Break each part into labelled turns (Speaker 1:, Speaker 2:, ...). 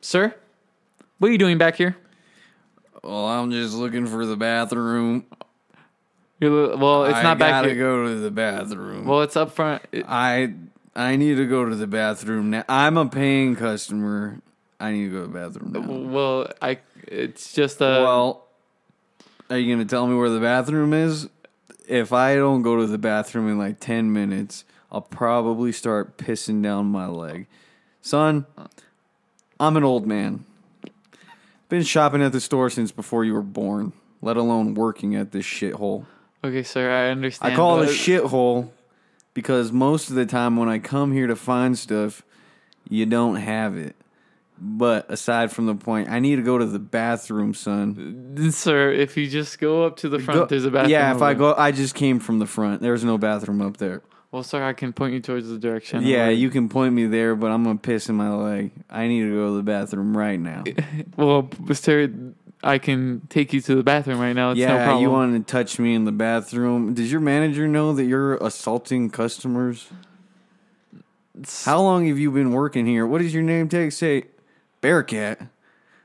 Speaker 1: Sir, what are you doing back here?
Speaker 2: Well, I'm just looking for the bathroom.
Speaker 1: You're, li- well, it's
Speaker 2: I
Speaker 1: not back
Speaker 2: gotta
Speaker 1: here.
Speaker 2: go to the bathroom.
Speaker 1: Well, it's up front. It-
Speaker 2: I I need to go to the bathroom now. I'm a paying customer. I need to go to the bathroom now.
Speaker 1: well, uh, I. It's just a.
Speaker 2: Well, are you gonna tell me where the bathroom is? If I don't go to the bathroom in like ten minutes, I'll probably start pissing down my leg. Son, I'm an old man. Been shopping at the store since before you were born, let alone working at this shithole.
Speaker 1: okay, sir, I understand.
Speaker 2: I call it
Speaker 1: but-
Speaker 2: a shithole because most of the time when I come here to find stuff, you don't have it. But aside from the point, I need to go to the bathroom, son.
Speaker 1: Sir, if you just go up to the front,
Speaker 2: Go-
Speaker 1: there's a bathroom.
Speaker 2: Yeah, if
Speaker 1: over
Speaker 2: I
Speaker 1: there.
Speaker 2: go, I just came from the front. There's no bathroom up there.
Speaker 1: Well, sir, I can point you towards the direction. of
Speaker 2: Yeah,
Speaker 1: where-
Speaker 2: you can point me there, but I'm gonna piss in my leg. I need to go to the bathroom right now.
Speaker 1: Well, sir, I can take you to the bathroom right now. It's no
Speaker 2: yeah,
Speaker 1: problem.
Speaker 2: you want to touch me in the bathroom? Does your manager know that you're assaulting customers? How long have you been working here? What does your name tag say? Bearcat.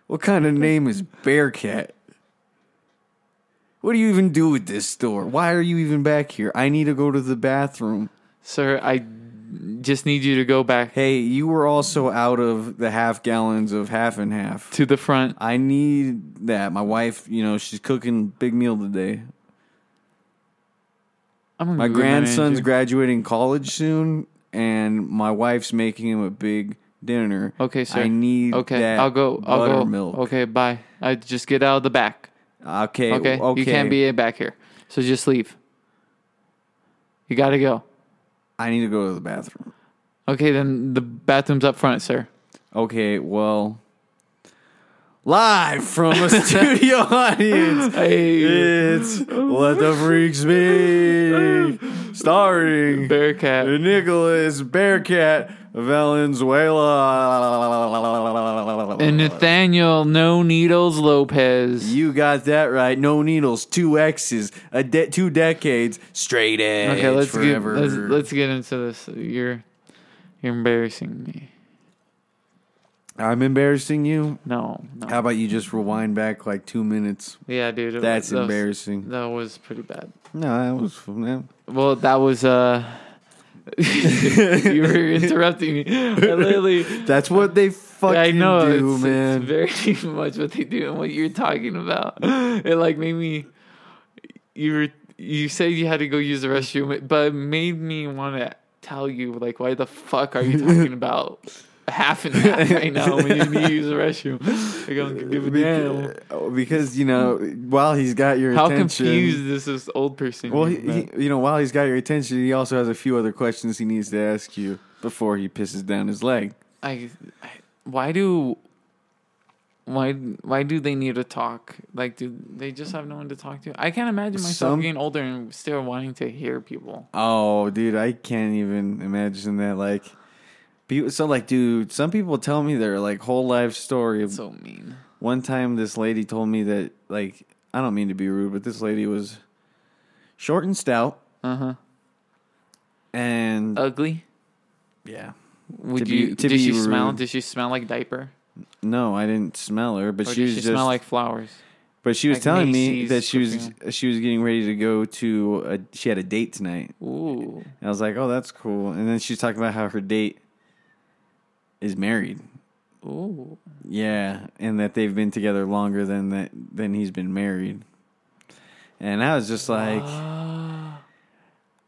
Speaker 2: What kind of name is Bearcat? What do you even do with this store? Why are you even back here? I need to go to the bathroom.
Speaker 1: sir, I just need you to go back
Speaker 2: Hey, you were also out of the half gallons of half and half.
Speaker 1: to the front.
Speaker 2: I need that. My wife, you know, she's cooking big meal today.
Speaker 1: I'm gonna
Speaker 2: My
Speaker 1: Google
Speaker 2: grandson's
Speaker 1: manager.
Speaker 2: graduating college soon, and my wife's making him a big dinner.
Speaker 1: Okay, sir.
Speaker 2: I need
Speaker 1: Okay,
Speaker 2: that
Speaker 1: I'll go. I'll go.
Speaker 2: buttermilk.
Speaker 1: Okay, bye. I just get out of the back.
Speaker 2: Okay,
Speaker 1: Okay,
Speaker 2: okay, okay.
Speaker 1: you can't be back here. So just leave. You gotta go.
Speaker 2: I need to go to the bathroom.
Speaker 1: Okay, then the bathroom's up front, sir.
Speaker 2: Okay, well, live from a studio audience,
Speaker 1: Hey,
Speaker 2: it's Let the Freaks Be, starring
Speaker 1: Bearcat.
Speaker 2: Nicholas Bearcat Valenzuela.
Speaker 1: And Nathaniel No Needles Lopez.
Speaker 2: You got that right. No needles, two X's, a de- two decades, straight edge
Speaker 1: Okay, let's
Speaker 2: forever.
Speaker 1: get let's, let's get into this. You're you're embarrassing me.
Speaker 2: I'm embarrassing you.
Speaker 1: No, no.
Speaker 2: How about you just rewind back like two minutes?
Speaker 1: yeah, dude. it
Speaker 2: That's
Speaker 1: was- that was-
Speaker 2: embarrassing.
Speaker 1: That was pretty bad.
Speaker 2: No, that was yeah.
Speaker 1: Well, that was uh you were interrupting me. I literally
Speaker 2: that's what they fucking
Speaker 1: I know
Speaker 2: do,
Speaker 1: it's,
Speaker 2: man.
Speaker 1: it's very much what they do and what you're talking about. It like made me you were you said you had to go use the restroom, but it made me want to tell you like why the fuck are you talking about half and half right now when you need to use the restroom? Like, I don't give a damn.
Speaker 2: Beca- because you know, while he's got your
Speaker 1: How
Speaker 2: attention,
Speaker 1: confused is this old person?
Speaker 2: Well, he,
Speaker 1: is, man.
Speaker 2: he, you know, while he's got your attention, he also has a few other questions he needs to ask you before he pisses down his leg.
Speaker 1: I, I why do why why do they need to talk? Like, do they just have no one to talk to? I can't imagine myself
Speaker 2: Some-
Speaker 1: getting older and still wanting to hear people.
Speaker 2: Oh, dude, I can't even imagine that. Like, people, so like, dude, some people tell me their like whole life story. of
Speaker 1: So mean.
Speaker 2: One time, this lady told me that like, I don't mean to be rude, but this lady was short and stout,
Speaker 1: Uh huh.
Speaker 2: and
Speaker 1: Ugly.
Speaker 2: yeah,
Speaker 1: Would
Speaker 2: be-
Speaker 1: you?
Speaker 2: to
Speaker 1: did
Speaker 2: be
Speaker 1: she smell?
Speaker 2: rude.
Speaker 1: Did she smell like diaper?
Speaker 2: no, I didn't smell her, but
Speaker 1: Or
Speaker 2: she
Speaker 1: did
Speaker 2: was
Speaker 1: she
Speaker 2: just
Speaker 1: smell like flowers?
Speaker 2: But she was
Speaker 1: like
Speaker 2: telling me
Speaker 1: Macy's
Speaker 2: that she was
Speaker 1: perfume?
Speaker 2: she was getting ready to go to a, she had a date tonight.
Speaker 1: Ooh.
Speaker 2: And I was like, oh, that's cool. And then she's talking about how her date is married.
Speaker 1: Ooh.
Speaker 2: Yeah, and that they've been together longer than that than he's been married. And I was just like,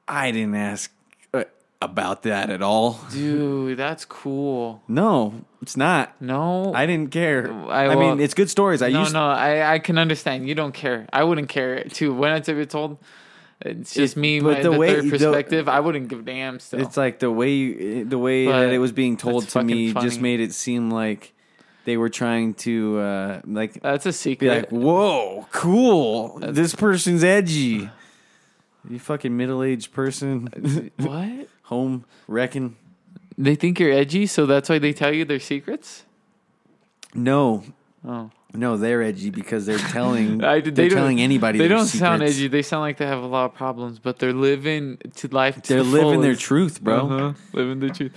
Speaker 2: I didn't ask uh, about that at all.
Speaker 1: Dude, that's cool.
Speaker 2: No, it's not.
Speaker 1: No.
Speaker 2: I didn't care.
Speaker 1: I
Speaker 2: I,
Speaker 1: will-
Speaker 2: mean, it's good stories. I
Speaker 1: no,
Speaker 2: used
Speaker 1: no, I, I can understand. You don't care. I wouldn't care too. When it's ever told, it's just me.
Speaker 2: but
Speaker 1: my, the,
Speaker 2: the way-
Speaker 1: third
Speaker 2: the-
Speaker 1: perspective, I wouldn't give a damn. Still,
Speaker 2: It's like the way the way
Speaker 1: But
Speaker 2: that it was being told
Speaker 1: that's
Speaker 2: to me
Speaker 1: fucking
Speaker 2: just
Speaker 1: funny.
Speaker 2: made it seem like they were trying to uh, like
Speaker 1: that's a
Speaker 2: be
Speaker 1: secret.
Speaker 2: like, "Whoa, cool! This person's edgy." You fucking middle aged person,
Speaker 1: what?
Speaker 2: home wrecking.
Speaker 1: They think you're edgy, so that's why they tell you their secrets.
Speaker 2: No,
Speaker 1: Oh,
Speaker 2: no, they're edgy because they're telling.
Speaker 1: I,
Speaker 2: they're
Speaker 1: don't-
Speaker 2: telling anybody.
Speaker 1: They
Speaker 2: their
Speaker 1: don't sound
Speaker 2: secrets.
Speaker 1: edgy. They sound like they have a lot of problems, but they're living to life. To
Speaker 2: They're
Speaker 1: the
Speaker 2: living their
Speaker 1: fullest.
Speaker 2: truth, bro.
Speaker 1: Uh-huh, living the truth.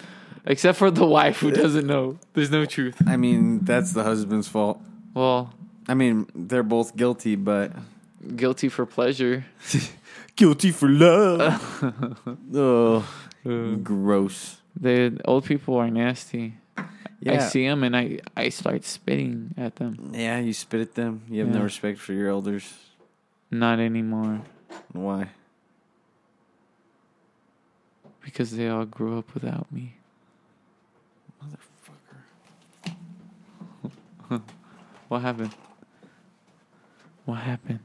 Speaker 1: Except for the wife who doesn't know. There's no truth.
Speaker 2: I mean, that's the husband's fault.
Speaker 1: Well,
Speaker 2: I mean, they're both guilty, but
Speaker 1: guilty for pleasure.
Speaker 2: guilty for love. oh,
Speaker 1: Uh,
Speaker 2: gross.
Speaker 1: the old people are nasty. I
Speaker 2: Yeah,
Speaker 1: see them and I, I start spitting at them.
Speaker 2: yeah. You spit at them. You have no
Speaker 1: Yeah.
Speaker 2: respect for your elders.
Speaker 1: Not anymore.
Speaker 2: Why?
Speaker 1: Because they all grew up without me. Motherfucker. what happened? What happened?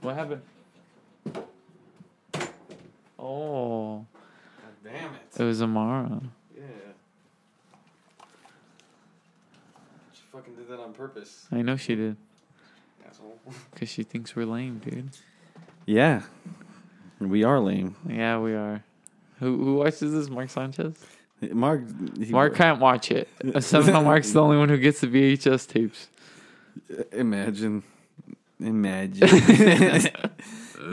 Speaker 1: What happened? Oh,
Speaker 2: God damn it.
Speaker 1: it was Amara.
Speaker 2: Yeah. She fucking did that on purpose,
Speaker 1: I know she did.
Speaker 2: asshole.
Speaker 1: Because she thinks we're lame, dude.
Speaker 2: Yeah. We are lame.
Speaker 1: Yeah, we are. Who who watches this? Mark Sanchez?
Speaker 2: Mark. He,
Speaker 1: Mark can't watch it. Somehow Mark's the only one who gets the VHS tapes.
Speaker 2: Imagine. Imagine.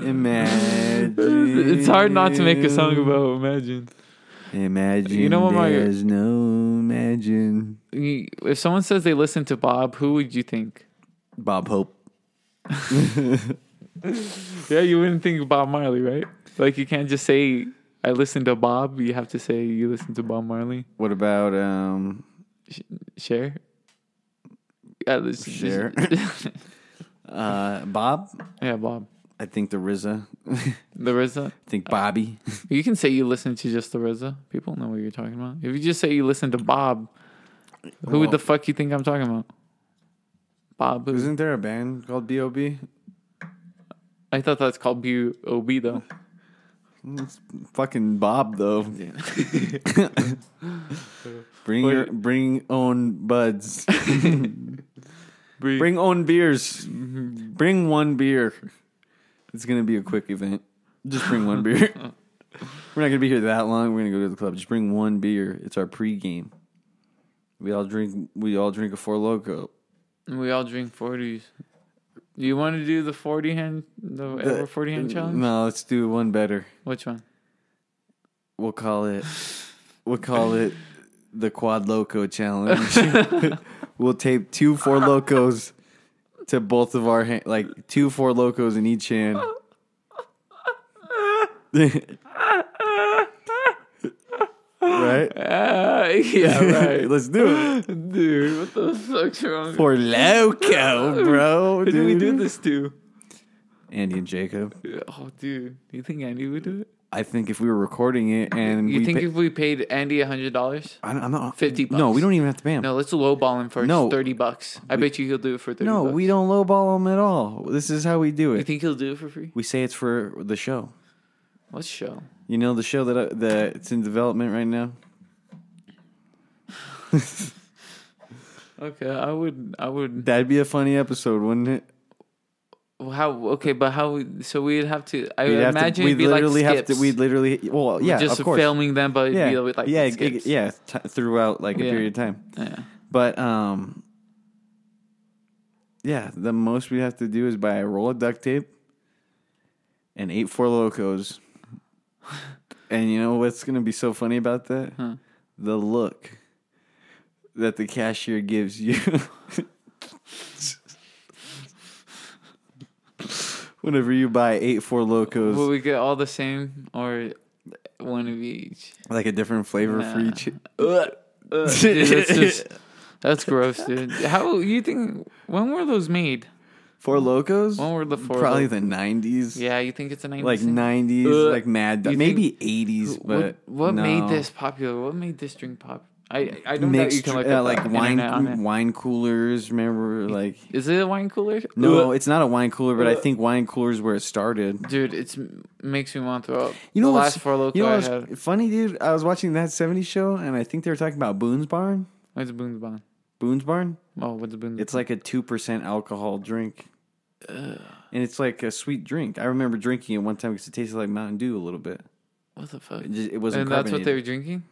Speaker 2: Imagine.
Speaker 1: It's hard not to make a song about imagine.
Speaker 2: Imagine.
Speaker 1: You know what, Mark-
Speaker 2: There's no imagine.
Speaker 1: You- If someone says they listen to Bob, who would you think?
Speaker 2: Bob Hope.
Speaker 1: Yeah, you wouldn't think Bob Marley, right? Like you can't just say I listen to Bob. You have to say you listen to Bob Marley.
Speaker 2: What about um?
Speaker 1: Share. Yeah, listen,
Speaker 2: Cher. Uh, Bob.
Speaker 1: yeah, Bob.
Speaker 2: I think the RZA. I
Speaker 1: The RZA.
Speaker 2: think Bobby.
Speaker 1: You can say you listen to just the RZA. People know what you're talking about. If you just say you listen to Bob, who
Speaker 2: Well-
Speaker 1: the fuck you think I'm talking about? Bob. Who?
Speaker 2: Isn't there a band called B.O.B.?
Speaker 1: I thought that's called B.O.B. though.
Speaker 2: Fucking Bob though. bring your, bring own buds. Bring own beers. Bring one beer. It's gonna be a quick event. Just bring one beer. We're not gonna be here that long. We're gonna go to the club. Just bring one beer. It's our pregame. We all drink. We all drink a four loco.
Speaker 1: We all drink forties. Do you want to do the forty hand, the ever forty hand challenge?
Speaker 2: No, let's do one better.
Speaker 1: Which one?
Speaker 2: We'll call it. We'll call it the quad loco challenge. we'll tape two four locos to both of our hand, like two four locos in each hand. right?
Speaker 1: Uh, yeah,
Speaker 2: Let's do it.
Speaker 1: right, dude. What the fuck's wrong?
Speaker 2: For loco, bro.
Speaker 1: Who do we do
Speaker 2: dude.
Speaker 1: this to?
Speaker 2: Andy and Jacob.
Speaker 1: Oh, dude. Do you think Andy would do it?
Speaker 2: I think if we were recording it and
Speaker 1: You
Speaker 2: we
Speaker 1: think
Speaker 2: pa-
Speaker 1: if we paid Andy a hundred dollars?
Speaker 2: I don't- I'm not
Speaker 1: 50
Speaker 2: No,
Speaker 1: bucks.
Speaker 2: we don't even have to pay him.
Speaker 1: No, let's lowball him for
Speaker 2: No.
Speaker 1: thirty bucks. I bet you he'll do it for thirty.
Speaker 2: No,
Speaker 1: bucks.
Speaker 2: we don't lowball them at all. This is how we do
Speaker 1: You
Speaker 2: it.
Speaker 1: think he'll do it for free?
Speaker 2: we say it's for the show.
Speaker 1: Let's show.
Speaker 2: You know the show that I, that it's in development right now.
Speaker 1: Okay, I would. I would.
Speaker 2: That'd be a funny episode, wouldn't it?
Speaker 1: How? Okay, but how? would- So we'd have to. I
Speaker 2: We'd have
Speaker 1: imagine
Speaker 2: to,
Speaker 1: it'd be like
Speaker 2: literally have
Speaker 1: skips.
Speaker 2: to. We'd literally. Well, yeah,
Speaker 1: just
Speaker 2: of course.
Speaker 1: filming them, but it'd
Speaker 2: yeah,
Speaker 1: be like
Speaker 2: yeah,
Speaker 1: skips.
Speaker 2: it- yeah. T- throughout like a
Speaker 1: Yeah.
Speaker 2: period of time,
Speaker 1: yeah.
Speaker 2: but um, yeah. The most we have to do is buy a roll of duct tape and eight four locos. and you know what's gonna be so funny about that?
Speaker 1: Huh.
Speaker 2: The look that the cashier gives you. Whenever you buy eight four locos,
Speaker 1: Will we get all the same or one of each?
Speaker 2: like a different flavor for
Speaker 1: Nah.
Speaker 2: each.
Speaker 1: Dude, that's just that's gross, dude. How you think? When were those made?
Speaker 2: Four locos,
Speaker 1: When were the four?
Speaker 2: probably the nineties,
Speaker 1: yeah, you think it's a 90s
Speaker 2: like
Speaker 1: thing?
Speaker 2: nineties,
Speaker 1: Uh,
Speaker 2: like Mad Dog,
Speaker 1: you
Speaker 2: maybe eighties.
Speaker 1: What-
Speaker 2: But
Speaker 1: what made
Speaker 2: no.
Speaker 1: this popular? What made this drink pop? I I don't know. You
Speaker 2: mixed
Speaker 1: can look
Speaker 2: uh,
Speaker 1: up
Speaker 2: like
Speaker 1: the
Speaker 2: wine
Speaker 1: internet on it.
Speaker 2: wine coolers? Remember, like
Speaker 1: Is it a wine cooler?
Speaker 2: no,
Speaker 1: Ugh.
Speaker 2: it's not a wine cooler, but I
Speaker 1: Uh.
Speaker 2: think wine coolers where it started.
Speaker 1: dude, it's makes me want to throw up.
Speaker 2: You know
Speaker 1: the
Speaker 2: what's
Speaker 1: last four local
Speaker 2: you know
Speaker 1: I
Speaker 2: what's
Speaker 1: had.
Speaker 2: funny, dude? I was watching that '70s show, and I think they were talking about Boone's Barn.
Speaker 1: What's Boone's Bond?
Speaker 2: Boone's Barn.
Speaker 1: Oh, what's Boone's?
Speaker 2: It's like a two percent alcohol drink, and it's like a sweet drink. I remember drinking it one time because it tasted like Mountain Dew a little bit.
Speaker 1: what the fuck?
Speaker 2: It, just, it wasn't.
Speaker 1: And that's what they
Speaker 2: carbonated.
Speaker 1: were drinking.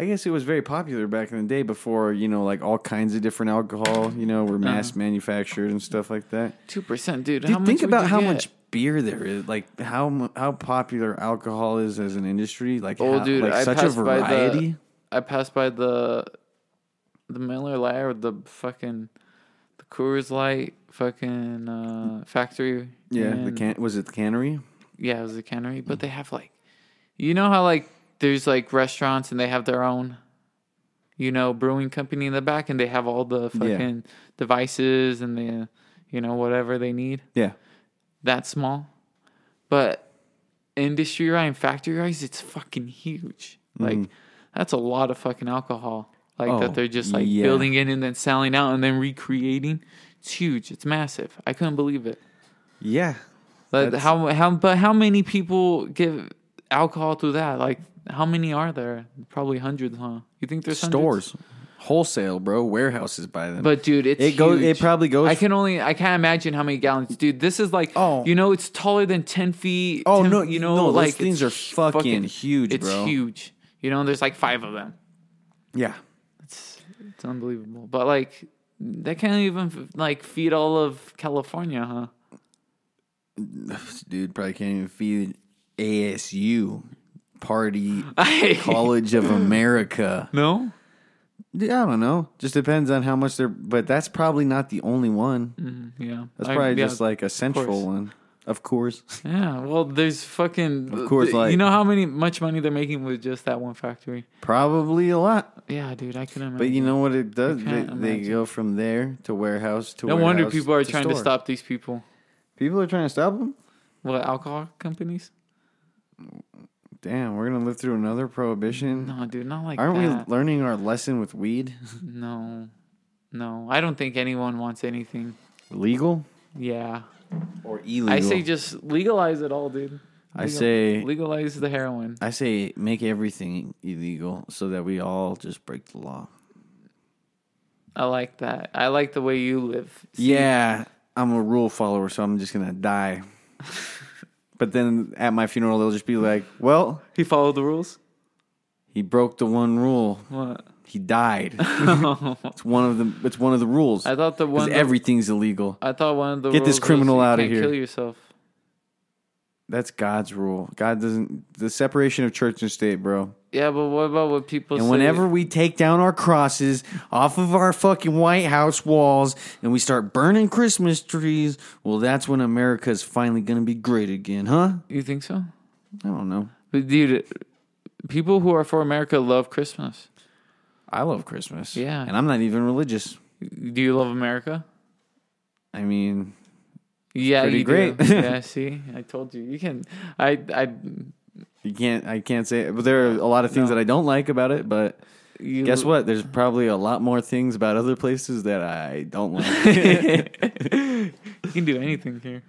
Speaker 2: I guess it was very popular back in the day before, you know, like all kinds of different alcohol, you know, were mass manufactured and stuff like that.
Speaker 1: Two percent, dude.
Speaker 2: Dude,
Speaker 1: Uh-huh. how
Speaker 2: think
Speaker 1: much would
Speaker 2: about
Speaker 1: you
Speaker 2: how
Speaker 1: get?
Speaker 2: much beer there is. Like how mu- how popular alcohol is as an industry. Like
Speaker 1: Oh,
Speaker 2: how-
Speaker 1: dude,
Speaker 2: like
Speaker 1: I
Speaker 2: such a
Speaker 1: passed by the-
Speaker 2: variety.
Speaker 1: I passed by the the Miller Lite or the fucking the Coors Light fucking uh, factory.
Speaker 2: yeah, the
Speaker 1: in-
Speaker 2: can Mm. was it the cannery?
Speaker 1: yeah, it was the cannery. But they have like, you know how like there's like restaurants and they have their own, you know, brewing company in the back, and they have all the
Speaker 2: Yeah.
Speaker 1: fucking devices and the, you know, whatever they need.
Speaker 2: Yeah,
Speaker 1: That small, but industry right and factory wise, it's fucking huge. Like that's a lot of fucking alcohol. Like
Speaker 2: Mm. Oh,
Speaker 1: that they're just like
Speaker 2: yeah.
Speaker 1: building in and then selling out and then recreating. It's huge. It's massive. I couldn't believe it.
Speaker 2: yeah.
Speaker 1: But
Speaker 2: That's-
Speaker 1: how how but how many people give alcohol through that? Like how many are there? Probably hundreds, huh? You think there's hundreds?
Speaker 2: Stores, wholesale, bro. Warehouses buy them.
Speaker 1: But dude, it's
Speaker 2: it goes. It
Speaker 1: huge.
Speaker 2: probably goes.
Speaker 1: I can only I can't imagine how many gallons, dude. This is like
Speaker 2: Oh.
Speaker 1: you know it's taller than ten feet.
Speaker 2: Oh,
Speaker 1: 10
Speaker 2: no,
Speaker 1: you know
Speaker 2: no, those
Speaker 1: like
Speaker 2: things
Speaker 1: it's
Speaker 2: are
Speaker 1: hu-
Speaker 2: fucking huge,
Speaker 1: It's
Speaker 2: bro.
Speaker 1: huge. You know, there's like five of them.
Speaker 2: yeah,
Speaker 1: It's it's unbelievable. But like that can't even like feed all of California, huh?
Speaker 2: dude, probably can't even feed ASU party College of America.
Speaker 1: no,
Speaker 2: Dude, I don't know. Just depends on how much they're. But that's probably not the only one.
Speaker 1: Mm-hmm, yeah,
Speaker 2: That's
Speaker 1: I-
Speaker 2: probably
Speaker 1: yeah.
Speaker 2: just like a central
Speaker 1: course.
Speaker 2: one. Of course.
Speaker 1: Yeah, well, there's fucking.
Speaker 2: Of course,
Speaker 1: th-
Speaker 2: like-
Speaker 1: you know how many much money they're making with just that one factory.
Speaker 2: Probably a lot.
Speaker 1: Yeah, dude, I can imagine.
Speaker 2: But you know what it does? They,
Speaker 1: can't
Speaker 2: they
Speaker 1: imagine.
Speaker 2: go from there to warehouse to
Speaker 1: no wonder
Speaker 2: warehouse
Speaker 1: people are trying to
Speaker 2: store.
Speaker 1: stop these people.
Speaker 2: People are trying to stop them?
Speaker 1: What alcohol companies?
Speaker 2: Damn, we're going to live through another prohibition.
Speaker 1: No, dude, not like
Speaker 2: Aren't
Speaker 1: that.
Speaker 2: we learning our lesson with weed?
Speaker 1: no, no, I don't think anyone wants anything.
Speaker 2: Legal
Speaker 1: Yeah,
Speaker 2: or illegal?
Speaker 1: I say just legalize it all, dude.
Speaker 2: I say-
Speaker 1: legalize the heroin.
Speaker 2: I say make everything illegal so that we all just break the law.
Speaker 1: I like that. I like the way you live.
Speaker 2: Yeah, I'm a rule follower, so I'm just gonna die. but then at my funeral, they'll just be like, "Well,
Speaker 1: He followed the rules.
Speaker 2: he broke the one rule.
Speaker 1: What?
Speaker 2: He died. it's one of the. It's one of the rules.
Speaker 1: I thought the
Speaker 2: 'Cause
Speaker 1: one.
Speaker 2: everything's illegal.
Speaker 1: I thought one of the
Speaker 2: Get
Speaker 1: rules
Speaker 2: this criminal
Speaker 1: was you
Speaker 2: outta
Speaker 1: can't
Speaker 2: here.
Speaker 1: Kill yourself.
Speaker 2: That's God's rule. God doesn't. The separation of church and state, bro.
Speaker 1: Yeah, but what about what people
Speaker 2: And
Speaker 1: say?
Speaker 2: whenever we take down our crosses off of our fucking White House walls and we start burning Christmas trees, well, that's when America's finally gonna be great again, huh?
Speaker 1: you think so?
Speaker 2: I don't know.
Speaker 1: But dude, people who are for America love Christmas.
Speaker 2: I love Christmas.
Speaker 1: Yeah.
Speaker 2: And I'm not even religious.
Speaker 1: Do you love America?
Speaker 2: I mean,
Speaker 1: Yeah,
Speaker 2: pretty
Speaker 1: you
Speaker 2: great.
Speaker 1: Do. yeah, see, I told you. You can. I. I.
Speaker 2: you can't I can't say it, but there are a lot of things that I don't like about it, but
Speaker 1: You,
Speaker 2: guess what? There's probably a lot more things about other places that I don't like.
Speaker 1: You can do anything here,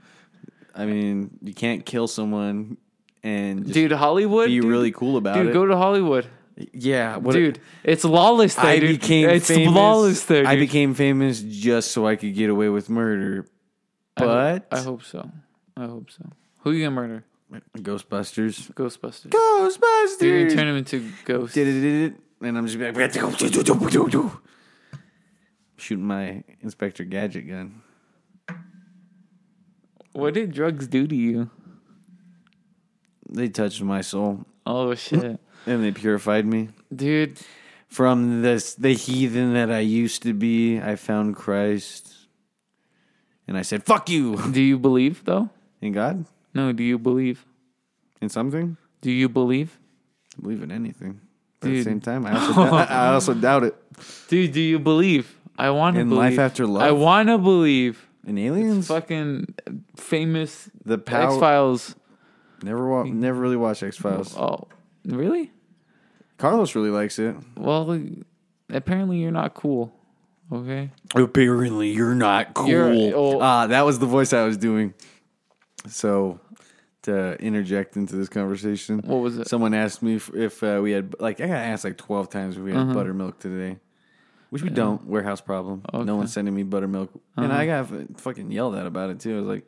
Speaker 2: I mean, you can't kill someone and just
Speaker 1: dude. Hollywood.
Speaker 2: be
Speaker 1: dude,
Speaker 2: really cool about
Speaker 1: Dude,
Speaker 2: it.
Speaker 1: go to Hollywood,
Speaker 2: yeah, what
Speaker 1: dude. it's lawless there.
Speaker 2: I
Speaker 1: dude.
Speaker 2: became
Speaker 1: it's
Speaker 2: famous.
Speaker 1: lawless there. Dude.
Speaker 2: I became famous just so I could get away with murder.
Speaker 1: I hope-
Speaker 2: But
Speaker 1: I hope so. I hope so. Who you gonna murder?
Speaker 2: Ghostbusters.
Speaker 1: Ghostbusters.
Speaker 2: Ghostbusters.
Speaker 1: You're gonna turn him into ghosts.
Speaker 2: Did it, and I'm just like, we have to go. Shooting my Inspector Gadget gun.
Speaker 1: What did drugs do to you?
Speaker 2: They touched my soul
Speaker 1: Oh shit,
Speaker 2: and they purified me.
Speaker 1: dude.
Speaker 2: From this, the heathen that I used to be, I found Christ. And I said, fuck you!
Speaker 1: Do you believe though?
Speaker 2: In God?
Speaker 1: No, do you believe?
Speaker 2: In something?
Speaker 1: Do you believe?
Speaker 2: I believe in anything. But at
Speaker 1: Dude.
Speaker 2: the same time, I also, I also doubt it.
Speaker 1: Dude, do you believe? I want to
Speaker 2: In
Speaker 1: believe.
Speaker 2: life after love?
Speaker 1: I want to believe.
Speaker 2: In aliens?
Speaker 1: Fucking famous
Speaker 2: the
Speaker 1: X
Speaker 2: power.
Speaker 1: Files.
Speaker 2: Never, wa- never really watched X Files.
Speaker 1: Oh, really?
Speaker 2: Carlos really likes it.
Speaker 1: Well, apparently you're not cool. Okay.
Speaker 2: Apparently, you're not cool.
Speaker 1: You're- oh.
Speaker 2: Ah, that was the voice I was doing. So, to interject into this conversation,
Speaker 1: What was it?
Speaker 2: Someone asked me if, if uh, we had like I got asked like twelve times if we had buttermilk today, which we don't. Warehouse problem. No one's sending me buttermilk, and I got fucking yelled at about it too. I was like,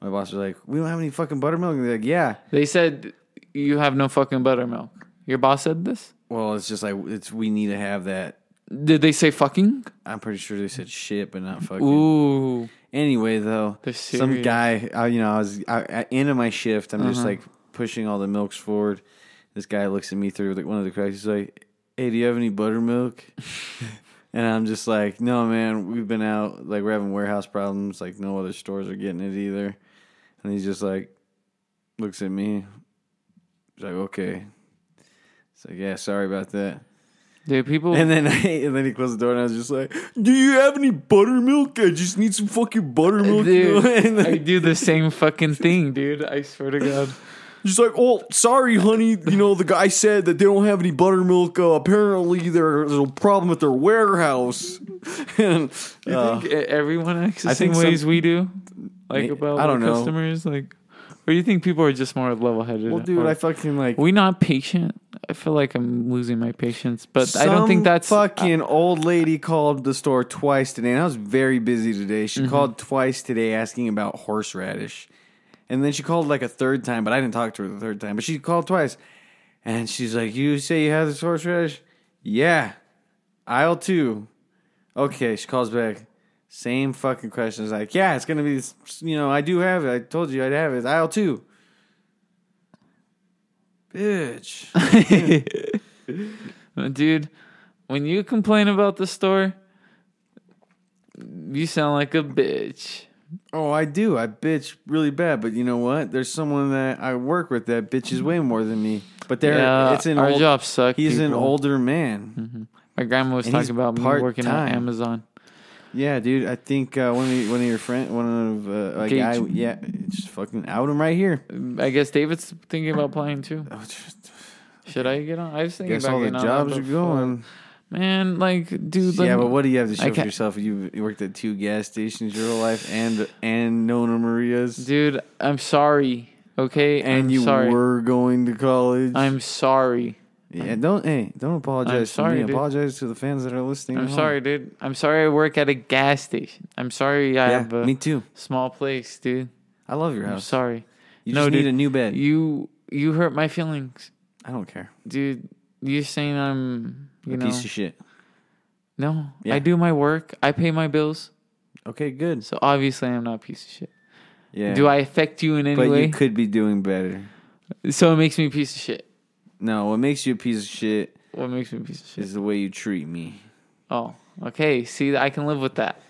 Speaker 2: my boss was like, "We don't have any fucking buttermilk." And they're like, "Yeah."
Speaker 1: They said you have no fucking buttermilk. Your boss said this.
Speaker 2: Well, it's just like it's we need to have that
Speaker 1: Did they say fucking?
Speaker 2: I'm pretty sure they said shit, but not fucking.
Speaker 1: Ooh.
Speaker 2: Anyway, though,
Speaker 1: They're
Speaker 2: some
Speaker 1: serious. Uh-huh.
Speaker 2: guy, I, you know, I was I, at end of my shift. I'm just like pushing all the milks forward. This guy looks at me through like one of the cracks. He's like, "Hey, do you have any buttermilk?" and I'm just like, "No, man. We've been out. Like, we're having warehouse problems. Like, no other stores are getting it either." And he's just like, looks at me. He's like, "Okay." It's like, "Yeah, sorry about that."
Speaker 1: Dude, people.
Speaker 2: And then I, and then he closed the door, and I was just like, "Do you have any buttermilk? I just need some fucking buttermilk."
Speaker 1: Dude,
Speaker 2: and then
Speaker 1: I do the same fucking thing, dude. I swear to God.
Speaker 2: just like, "Oh, sorry, honey. You know, the guy said that they don't have any buttermilk. Uh, apparently, there's a problem at their warehouse." and, uh,
Speaker 1: I think e- everyone acts the
Speaker 2: I
Speaker 1: same
Speaker 2: think some-
Speaker 1: ways we do. Like
Speaker 2: May-
Speaker 1: about
Speaker 2: I don't
Speaker 1: like,
Speaker 2: know.
Speaker 1: customers, like, or you think people are just more level-headed?
Speaker 2: well, dude, I fucking like.
Speaker 1: we not patient. I feel like I'm losing my patience, but I don't think
Speaker 2: Some
Speaker 1: that's uh,
Speaker 2: fucking old lady called the store twice today, and I was very busy today.
Speaker 1: Mm-hmm.
Speaker 2: She called twice today asking about horseradish, and then she called like a third time, but I didn't talk to her the third time. But she called twice, and she's like, "You say you have this horseradish? Yeah, aisle two. Okay." She calls back, same fucking questions. Like, yeah, it's gonna be, this- you know, I do have it. I told you I'd have it. It's aisle two. Bitch.
Speaker 1: dude. When you complain about the store, you sound like a bitch.
Speaker 2: Oh, I do. I bitch really bad, but you know what? There's someone that I work with that bitches way more than me. But they're
Speaker 1: Yeah,
Speaker 2: it's an
Speaker 1: our
Speaker 2: old,
Speaker 1: job Hmm. sucks.
Speaker 2: he's an older man.
Speaker 1: My grandma was
Speaker 2: and he's
Speaker 1: talking about me working on
Speaker 2: part-time.
Speaker 1: Amazon.
Speaker 2: Yeah, dude. I think uh, one of your- one of your friend, one of uh, a
Speaker 1: Gage.
Speaker 2: guy. Yeah, just fucking out him right here.
Speaker 1: I guess David's thinking about applying too.
Speaker 2: Oh, just-
Speaker 1: Should I get on? I was thinking
Speaker 2: guess
Speaker 1: about
Speaker 2: all the
Speaker 1: getting on,
Speaker 2: jobs
Speaker 1: but
Speaker 2: are
Speaker 1: fuck.
Speaker 2: going.
Speaker 1: Man, like, dude, let
Speaker 2: yeah,
Speaker 1: me-
Speaker 2: but what do you have to
Speaker 1: I
Speaker 2: show for
Speaker 1: can't-
Speaker 2: yourself? You worked at two gas stations your whole life, and and Nona Maria's,
Speaker 1: dude, I'm sorry. Okay,
Speaker 2: and
Speaker 1: I'm
Speaker 2: you
Speaker 1: sorry.
Speaker 2: were going to college.
Speaker 1: I'm sorry.
Speaker 2: yeah, don't hey, don't apologize. to
Speaker 1: sorry,
Speaker 2: me.
Speaker 1: dude.
Speaker 2: Apologize to the fans that are listening.
Speaker 1: I'm
Speaker 2: at home.
Speaker 1: sorry, dude. I'm sorry. I work at a gas station. I'm sorry. I
Speaker 2: Yeah,
Speaker 1: have a
Speaker 2: me too.
Speaker 1: small place, dude.
Speaker 2: I love your
Speaker 1: I'm
Speaker 2: house.
Speaker 1: sorry.
Speaker 2: You
Speaker 1: No,
Speaker 2: just need
Speaker 1: dude.
Speaker 2: a new bed.
Speaker 1: You you hurt my feelings,
Speaker 2: I don't care.
Speaker 1: dude. You're saying I'm you
Speaker 2: a
Speaker 1: know
Speaker 2: piece of shit.
Speaker 1: no.
Speaker 2: Yeah.
Speaker 1: I do my work. I pay my bills.
Speaker 2: Okay, good.
Speaker 1: So obviously, I'm not a piece of shit.
Speaker 2: Yeah.
Speaker 1: Do I affect you in any
Speaker 2: But
Speaker 1: way?
Speaker 2: you could be doing better.
Speaker 1: so it makes me a piece of shit.
Speaker 2: No, what makes you a piece of shit
Speaker 1: What makes me a piece of shit?
Speaker 2: is the way you treat me.
Speaker 1: Oh, okay. See, I can live with that.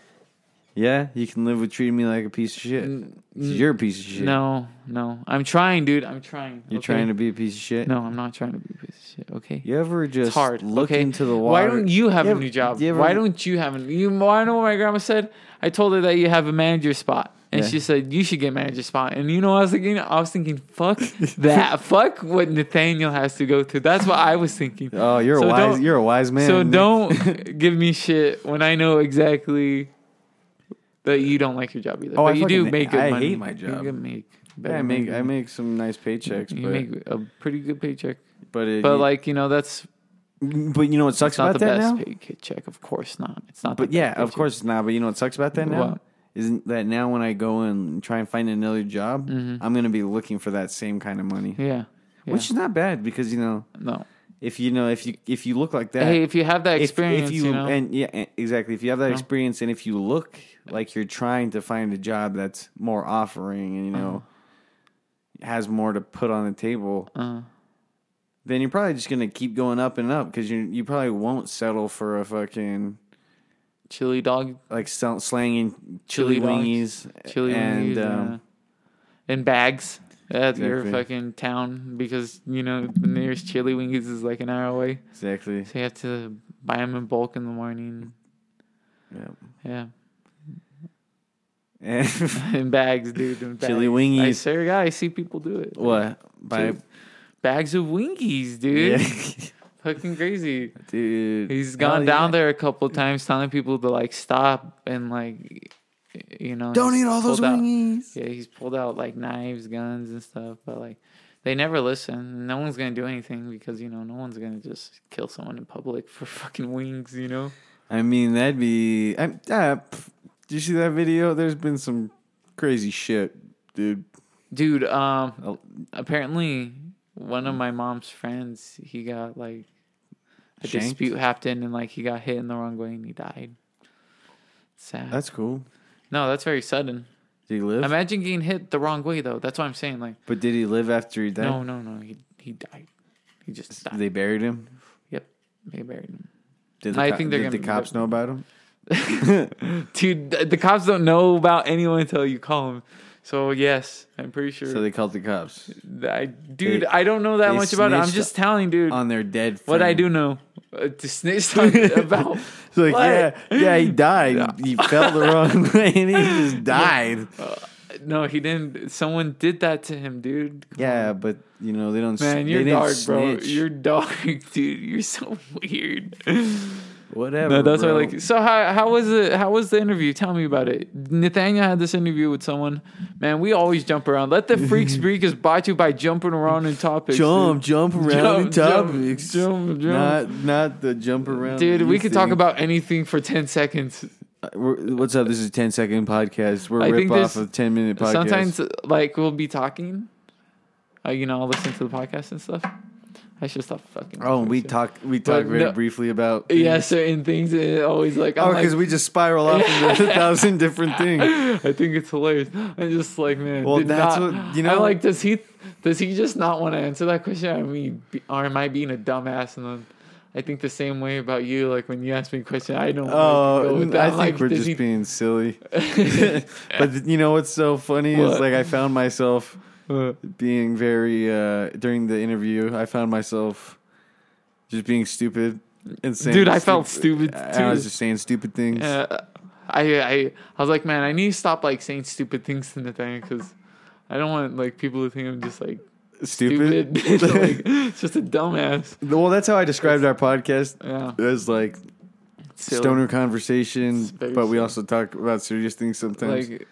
Speaker 2: Yeah, you can live with treating me like a piece of shit. You're a piece of shit.
Speaker 1: No, no. I'm trying, dude. I'm trying.
Speaker 2: you're trying to be a piece of shit.
Speaker 1: No, I'm not trying to be a piece of shit. Okay.
Speaker 2: you ever just
Speaker 1: It's hard.
Speaker 2: look
Speaker 1: okay?
Speaker 2: into the water?
Speaker 1: Why don't you have a
Speaker 2: ever-
Speaker 1: new job?
Speaker 2: you ever-
Speaker 1: Why don't you have a you? I know what my grandma said. I told her that you have a manager spot, and
Speaker 2: Yeah.
Speaker 1: she said you should get manager spot. And you know, what I was thinking, I was thinking, fuck that, fuck what Nathaniel has to go through. That's what I was thinking.
Speaker 2: Oh, you're
Speaker 1: So
Speaker 2: a wise.
Speaker 1: don't-
Speaker 2: You're a wise man.
Speaker 1: so
Speaker 2: Nick.
Speaker 1: don't give me shit when I know exactly that you don't like your job either.
Speaker 2: Oh,
Speaker 1: but
Speaker 2: I
Speaker 1: you do
Speaker 2: fucking-
Speaker 1: make good
Speaker 2: I
Speaker 1: money.
Speaker 2: hate my
Speaker 1: You
Speaker 2: job.
Speaker 1: can make better
Speaker 2: Yeah, I make
Speaker 1: money.
Speaker 2: I make some nice paychecks,
Speaker 1: you
Speaker 2: but
Speaker 1: make a pretty good paycheck.
Speaker 2: but it,
Speaker 1: But like, you know, that's
Speaker 2: but you know what sucks
Speaker 1: it's not
Speaker 2: about
Speaker 1: the
Speaker 2: that
Speaker 1: best
Speaker 2: now?
Speaker 1: paycheck. Of course not. It's not
Speaker 2: But
Speaker 1: the
Speaker 2: yeah,
Speaker 1: best
Speaker 2: of
Speaker 1: paycheck.
Speaker 2: course it's not. But you know what sucks about that now?
Speaker 1: What?
Speaker 2: Isn't that now when I go and try and find another job, I'm going to be looking for that same kind of money,
Speaker 1: Yeah. Mm-hmm. yeah.
Speaker 2: which is not bad because you know
Speaker 1: no.
Speaker 2: if you know if you if you look like that,
Speaker 1: Hey, if you have that
Speaker 2: if-
Speaker 1: experience,
Speaker 2: if
Speaker 1: you, know,
Speaker 2: and yeah, and- exactly. If you have that experience and if you look like you're trying to find a job that's more offering and you know
Speaker 1: Mm-hmm.
Speaker 2: has more to put on the table,
Speaker 1: uh,
Speaker 2: then you're probably just going to keep going up and up because you you probably won't settle for a fucking
Speaker 1: chili dog,
Speaker 2: like sl- slanging chili,
Speaker 1: Chili
Speaker 2: wingies,
Speaker 1: chili
Speaker 2: and
Speaker 1: wings,
Speaker 2: um,
Speaker 1: uh, in bags at your
Speaker 2: Exactly.
Speaker 1: fucking town because you know the nearest chili wingies is like an hour away.
Speaker 2: exactly.
Speaker 1: So you have to buy them in bulk in the morning.
Speaker 2: Yeah.
Speaker 1: Yeah,
Speaker 2: And
Speaker 1: in bags, dude. in bags. I
Speaker 2: Chili wingies.
Speaker 1: swear, to God, I see people do it.
Speaker 2: what? By
Speaker 1: Chili- bags of wingies, dude.
Speaker 2: yeah.
Speaker 1: Fucking crazy.
Speaker 2: dude.
Speaker 1: He's gone
Speaker 2: Hell
Speaker 1: down
Speaker 2: yeah.
Speaker 1: there a couple times, telling people to like stop and like, you know,
Speaker 2: Don't
Speaker 1: he's
Speaker 2: eat all those
Speaker 1: pulled out-
Speaker 2: wingies.
Speaker 1: Yeah, he's pulled out like knives, guns, and stuff, but like they never listen. No one's gonna do anything because you know no one's gonna just kill someone in public for fucking wings, you know.
Speaker 2: I mean, that'd be. I'm, uh, pff, did you see that video? There's been some crazy shit, dude.
Speaker 1: Dude, um,
Speaker 2: Oh, Mm.
Speaker 1: apparently one of my mom's friends, he got like a
Speaker 2: Shanked?
Speaker 1: dispute happened and like he got hit in the wrong way and he died. Sad.
Speaker 2: That's cool.
Speaker 1: no, that's very sudden.
Speaker 2: Did he live?
Speaker 1: Imagine getting hit the wrong way though. That's what I'm saying. Like
Speaker 2: but did he live after he died?
Speaker 1: no, no, no. He he died. He just died.
Speaker 2: They buried him.
Speaker 1: yep. They buried him.
Speaker 2: Did the,
Speaker 1: I
Speaker 2: co-
Speaker 1: think they're
Speaker 2: did the
Speaker 1: gonna-
Speaker 2: cops know about him?
Speaker 1: Dude, th- the cops don't know about anyone until you call them. So yes, I'm pretty sure.
Speaker 2: So they called the cops
Speaker 1: I, dude,
Speaker 2: They-
Speaker 1: I don't know that
Speaker 2: they
Speaker 1: much about it. I'm
Speaker 2: snitched
Speaker 1: just telling, dude.
Speaker 2: on their dead.
Speaker 1: what I
Speaker 2: friend.
Speaker 1: do know uh, to snitch on, about.
Speaker 2: It's like
Speaker 1: What?
Speaker 2: yeah, yeah, he died. He fell the wrong way and he just died.
Speaker 1: No, he didn't. Someone did that to him, dude.
Speaker 2: Yeah, but you know they don't.
Speaker 1: Man,
Speaker 2: they
Speaker 1: you're
Speaker 2: didn't
Speaker 1: dark, bro.
Speaker 2: snitch.
Speaker 1: You're dark, dude. You're so weird.
Speaker 2: whatever.
Speaker 1: No, that's why.
Speaker 2: bro.
Speaker 1: Like, so how how was it? How was the interview? Tell me about it. Nathaniel had this interview with someone. Man, we always jump around. Let the freaks freak us by you by jumping around in topics.
Speaker 2: jump, jump around
Speaker 1: Jump,
Speaker 2: in
Speaker 1: jump,
Speaker 2: topics.
Speaker 1: jump, jump.
Speaker 2: Not, not the jump around,
Speaker 1: dude. Dude, we
Speaker 2: you
Speaker 1: could talk
Speaker 2: think.
Speaker 1: about anything for ten seconds.
Speaker 2: Uh, we're- What's up? This is a 10 second podcast. We're
Speaker 1: I
Speaker 2: a
Speaker 1: think
Speaker 2: rip off
Speaker 1: this-
Speaker 2: of ten minute podcast.
Speaker 1: Sometimes, like, we'll be talking. Uh, you know, I'll listen to the podcast and stuff. I should stop fucking.
Speaker 2: oh,
Speaker 1: talking
Speaker 2: we
Speaker 1: shit.
Speaker 2: talk we
Speaker 1: But
Speaker 2: talk very
Speaker 1: no-
Speaker 2: briefly about
Speaker 1: Yeah, certain things. It always like I'm
Speaker 2: Oh,
Speaker 1: like,
Speaker 2: because we just spiral off into a thousand different things.
Speaker 1: I think it's hilarious. I'm just like, man.
Speaker 2: Well,
Speaker 1: did
Speaker 2: that's
Speaker 1: not-
Speaker 2: what- you know-
Speaker 1: I'm like, does he? Does he just not want to answer that question? I mean, be- or am I being a dumbass? And then I think the same way about you. Like when you ask me a question, I don't. like, go
Speaker 2: Oh,
Speaker 1: with that.
Speaker 2: I
Speaker 1: I'm
Speaker 2: think
Speaker 1: like,
Speaker 2: we're
Speaker 1: does
Speaker 2: just
Speaker 1: he-
Speaker 2: being silly. but you know what's so funny is
Speaker 1: What?
Speaker 2: like I found myself
Speaker 1: Uh,
Speaker 2: being very uh during the interview. I found myself just being stupid and saying,
Speaker 1: Dude, I felt stupid,
Speaker 2: I was
Speaker 1: too.
Speaker 2: just saying stupid things.
Speaker 1: uh, I I I was like, man, I need to stop like saying stupid things to Nathaniel because I don't want like people to think I'm just like
Speaker 2: Stupid.
Speaker 1: stupid. like, it's just a dumbass.
Speaker 2: well, that's how I described our podcast.
Speaker 1: Yeah,
Speaker 2: As like
Speaker 1: silly.
Speaker 2: stoner conversation,
Speaker 1: very
Speaker 2: but we
Speaker 1: silly.
Speaker 2: also talk about serious things sometimes.
Speaker 1: Like,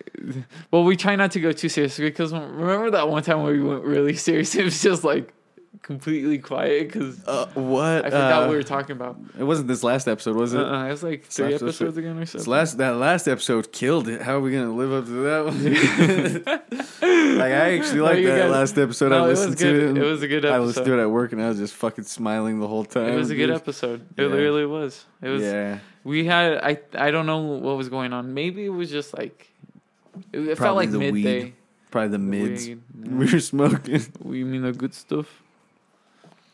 Speaker 1: well, we try not to go too serious because remember that one time where we went really serious? It was just like completely quiet because
Speaker 2: uh, what?
Speaker 1: I forgot
Speaker 2: uh,
Speaker 1: what we were talking about.
Speaker 2: It wasn't this last episode, was it?
Speaker 1: Uh-uh, it was like
Speaker 2: not
Speaker 1: three
Speaker 2: so
Speaker 1: episodes ago or
Speaker 2: This
Speaker 1: something.
Speaker 2: last that last episode killed it. How are we gonna live up to that one? like I actually
Speaker 1: No,
Speaker 2: liked
Speaker 1: you
Speaker 2: that
Speaker 1: guys-
Speaker 2: last episode.
Speaker 1: No,
Speaker 2: I
Speaker 1: it was
Speaker 2: listened
Speaker 1: good.
Speaker 2: to it. and
Speaker 1: It was a good
Speaker 2: I listened to
Speaker 1: episode.
Speaker 2: it at work, and I was just fucking smiling the whole time.
Speaker 1: It was a good
Speaker 2: dude.
Speaker 1: episode.
Speaker 2: Yeah.
Speaker 1: It literally was. It was.
Speaker 2: yeah,
Speaker 1: We had. I. I don't know what was going on. Maybe it was just like. It, it felt
Speaker 2: Probably
Speaker 1: like
Speaker 2: the weed.
Speaker 1: midday.
Speaker 2: probably the mids.
Speaker 1: Weed.
Speaker 2: We were smoking
Speaker 1: We mean the good stuff.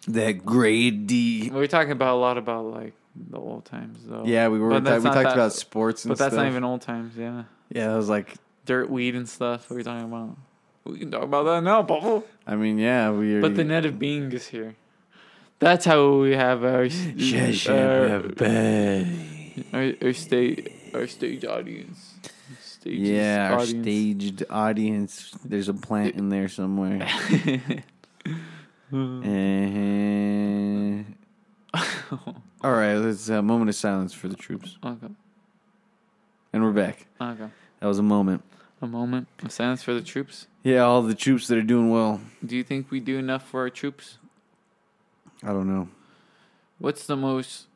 Speaker 2: that grade D.
Speaker 1: We were talking about a lot about like the old times though.
Speaker 2: Yeah, we were.
Speaker 1: Oh. But
Speaker 2: ta- we
Speaker 1: that's
Speaker 2: talked
Speaker 1: not that-
Speaker 2: about sports and
Speaker 1: But that's
Speaker 2: stuff.
Speaker 1: not even old times. Yeah.
Speaker 2: yeah, I was like,
Speaker 1: dirt weed and stuff. What are you talking about? We can talk about that now, Bubble.
Speaker 2: I mean, yeah, we. Already,
Speaker 1: But the net of being is here. That's how we have our
Speaker 2: yeah, yeah, we have
Speaker 1: our,
Speaker 2: a bag.
Speaker 1: our, our stage our stage audience. Stage
Speaker 2: Yeah, our staged audience. There's a plant in there somewhere. uh-huh. All right, let's uh, moment of silence for the troops,
Speaker 1: Okay.
Speaker 2: and we're back.
Speaker 1: Okay.
Speaker 2: That was a moment.
Speaker 1: A moment of silence for the troops.
Speaker 2: Yeah, all the troops that are doing well.
Speaker 1: Do you think we do enough for our troops?
Speaker 2: I don't know.
Speaker 1: What's the most?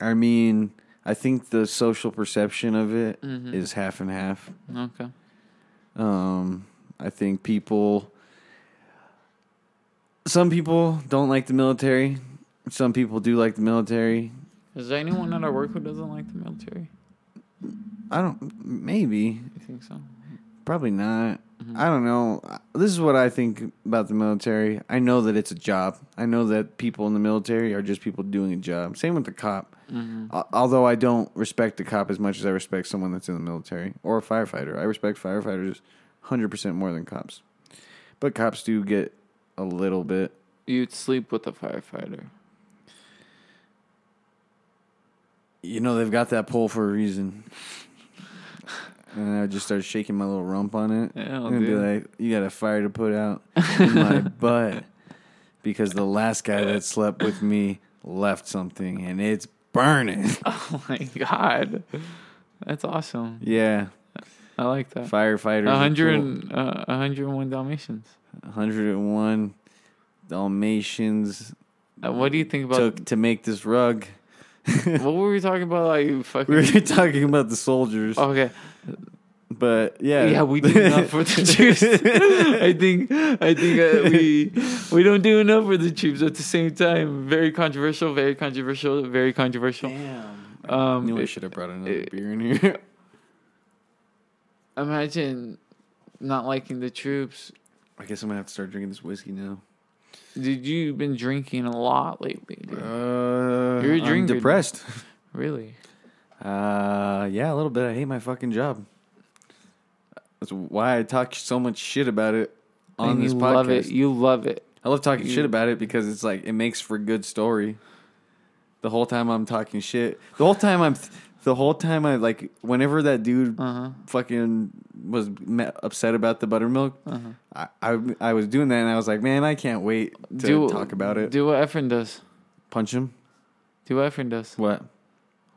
Speaker 2: I mean, I think the social perception of it is
Speaker 1: Mhm.
Speaker 2: half and half.
Speaker 1: Okay.
Speaker 2: Um, I think people. Some people don't like the military. Some people do like the military.
Speaker 1: Is there anyone at our work who doesn't like the military?
Speaker 2: I don't. Maybe.
Speaker 1: You think so?
Speaker 2: Probably not. I don't know. This is what I think about the military. I know that it's a job. I know that people in the military are just people doing a job. Same with the cop.
Speaker 1: Mm-hmm.
Speaker 2: Al- although I don't respect the cop as much as I respect someone that's in the military or a firefighter. I respect firefighters 100% more than cops. But cops do get a little bit.
Speaker 1: You'd sleep with a firefighter.
Speaker 2: You know, they've got that pole for a reason. And I would just start shaking my little rump on it.
Speaker 1: Hell,
Speaker 2: and be
Speaker 1: Oh, dude.
Speaker 2: like, you got a fire to put out in my butt. Because the last guy that slept with me left something and it's burning.
Speaker 1: Oh my god, that's awesome.
Speaker 2: Yeah.
Speaker 1: I like that.
Speaker 2: Firefighters.
Speaker 1: A
Speaker 2: are
Speaker 1: hundred
Speaker 2: cool.
Speaker 1: and uh, a hundred and one Dalmatians.
Speaker 2: 101 Dalmatians
Speaker 1: Uh, what do you think about?
Speaker 2: took to make this rug.
Speaker 1: what were we talking about? Like
Speaker 2: We were
Speaker 1: fucking.
Speaker 2: talking about the soldiers.
Speaker 1: okay,
Speaker 2: But yeah,
Speaker 1: Oh. Yeah, we do enough for the troops. I think I think uh, we we don't do enough for the troops at the same time. Very controversial, very controversial, very controversial.
Speaker 2: Damn, I
Speaker 1: Um,
Speaker 2: knew I
Speaker 1: it-
Speaker 2: should have brought another
Speaker 1: it-
Speaker 2: beer in here.
Speaker 1: imagine not liking the troops.
Speaker 2: I guess I'm gonna have to start drinking this whiskey now.
Speaker 1: Dude, you've been drinking a lot lately. dude.
Speaker 2: Uh,
Speaker 1: You're a
Speaker 2: I'm
Speaker 1: drinker.
Speaker 2: depressed.
Speaker 1: Really?
Speaker 2: Uh, yeah, a little bit. I hate my fucking job. That's why I talk so much shit about it on
Speaker 1: And
Speaker 2: this
Speaker 1: you
Speaker 2: podcast.
Speaker 1: love it. You love it.
Speaker 2: I love talking
Speaker 1: You-
Speaker 2: shit about it because it's like it makes for good story. The whole time I'm talking shit. The whole time I'm. the whole time I like. Whenever that dude
Speaker 1: Uh huh.
Speaker 2: fucking was me- upset about the buttermilk,
Speaker 1: Uh-huh.
Speaker 2: I, I I was doing that and I was like, man, I can't wait to talk about it.
Speaker 1: Do what Efren does.
Speaker 2: Punch him.
Speaker 1: Do what Efren does.
Speaker 2: What?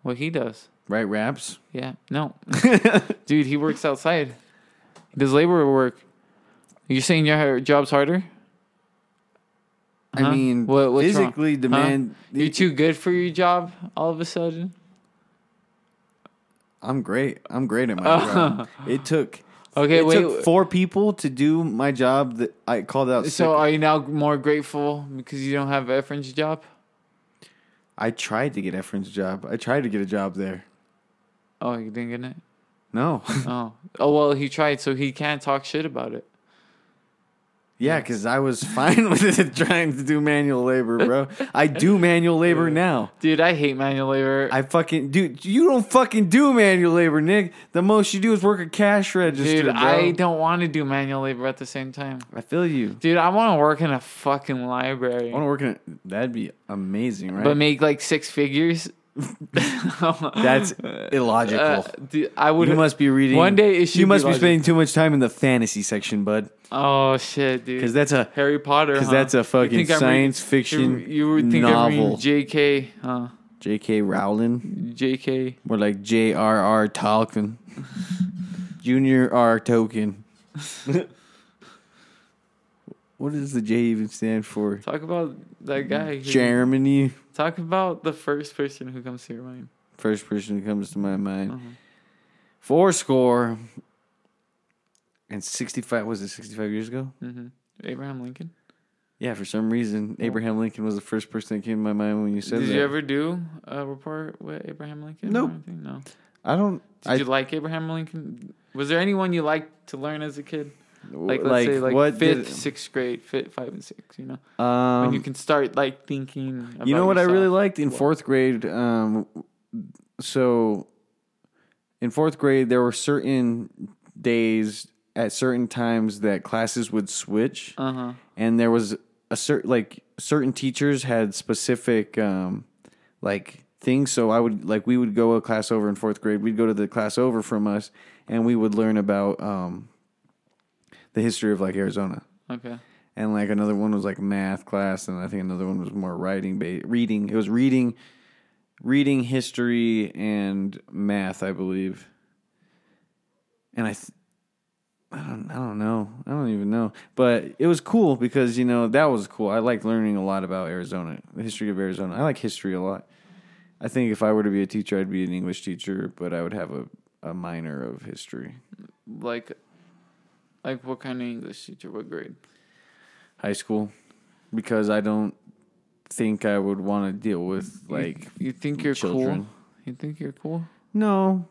Speaker 1: What he does.
Speaker 2: Right? Raps.
Speaker 1: Yeah. No. Dude, he works outside. He does labor work. You're saying your job's harder? Huh?
Speaker 2: I mean,
Speaker 1: What- what's wrong?
Speaker 2: physically
Speaker 1: Huh?
Speaker 2: demand.
Speaker 1: You're too good for your job all of a sudden?
Speaker 2: I'm great. I'm great at my job. It took
Speaker 1: Okay,
Speaker 2: it
Speaker 1: wait.
Speaker 2: took four people to do my job that I called out.
Speaker 1: so
Speaker 2: sick.
Speaker 1: are you now more grateful because you don't have Efren's job?
Speaker 2: I tried to get Efren's job. I tried to get a job there.
Speaker 1: Oh, you didn't get it?
Speaker 2: No,
Speaker 1: Oh. Oh, well, he tried, so he can't talk shit about it.
Speaker 2: yeah, because I was fine with it trying to do manual labor, bro. I do manual labor now.
Speaker 1: Dude, I hate manual labor.
Speaker 2: I fucking dude, you don't fucking do manual labor, Nick. The most you do is work a cash register,
Speaker 1: Dude,
Speaker 2: bro.
Speaker 1: I
Speaker 2: I,
Speaker 1: don't want to do manual labor at the same time.
Speaker 2: feel you.
Speaker 1: Dude, I want to work in a fucking library,
Speaker 2: I want to work in. A, that'd be amazing, right?
Speaker 1: but make like six figures.
Speaker 2: That's
Speaker 1: That's
Speaker 2: illogical.
Speaker 1: dude, I would.
Speaker 2: you must be reading.
Speaker 1: One day it should
Speaker 2: you
Speaker 1: be
Speaker 2: must be
Speaker 1: logic.
Speaker 2: spending too much time in the fantasy section, bud.
Speaker 1: oh shit, dude!
Speaker 2: Because that's a
Speaker 1: Harry Potter.
Speaker 2: because
Speaker 1: huh?
Speaker 2: that's a
Speaker 1: Uh-huh. You
Speaker 2: fucking
Speaker 1: think I'm reading-
Speaker 2: science fiction
Speaker 1: You, you would think I'm
Speaker 2: novel.
Speaker 1: reading J.K. Huh?
Speaker 2: J.K. Rowling,
Speaker 1: J.K.
Speaker 2: more like J.R.R. Tolkien, Junior R. Token. what does the J even stand for?
Speaker 1: Talk about that guy. who-
Speaker 2: Germany.
Speaker 1: Talk about the first person who comes to your mind.
Speaker 2: First person that comes to my mind.
Speaker 1: Uh-huh.
Speaker 2: Four score and sixty-five. Was it sixty-five years ago?
Speaker 1: hmm Abraham Lincoln.
Speaker 2: Yeah, for some reason, Abraham Lincoln was the first person that came to my mind when you said
Speaker 1: Did
Speaker 2: that.
Speaker 1: you ever do a report with Abraham Lincoln?
Speaker 2: Nope.
Speaker 1: Or anything? No.
Speaker 2: I don't.
Speaker 1: Did you like Abraham Lincoln? Was there anyone you liked to learn as a kid?
Speaker 2: I
Speaker 1: Like, let's say, like fifth, sixth grade, fifth, five, and six. You know,
Speaker 2: did,
Speaker 1: when you
Speaker 2: um,
Speaker 1: can start like thinking. About
Speaker 2: you know what I really
Speaker 1: yourself.
Speaker 2: liked in
Speaker 1: What?
Speaker 2: fourth grade. Um, so in fourth grade, there were certain days at certain times that classes would switch,
Speaker 1: Uh-huh.
Speaker 2: and there was a certain like certain teachers had specific um, like things. So I would like we would go a class over in fourth grade. We'd go to the class over from us, and we would learn about um, the history of like Arizona.
Speaker 1: Okay.
Speaker 2: and like another one was like math class, and I think another one was more writing based reading. It was reading, reading history and math, I believe. And I, th- I don't, I don't know, I don't even know, but it was cool because you know that was cool. I liked learning a lot about Arizona, the history of Arizona. I like history a lot. I think if I were to be a teacher, I'd be an English teacher, but I would have a, a minor of history.
Speaker 1: Like, like what kind of English teacher? What grade?
Speaker 2: high school because I don't think I would want to deal with like
Speaker 1: You think you're
Speaker 2: children.
Speaker 1: cool? You think you're cool?
Speaker 2: no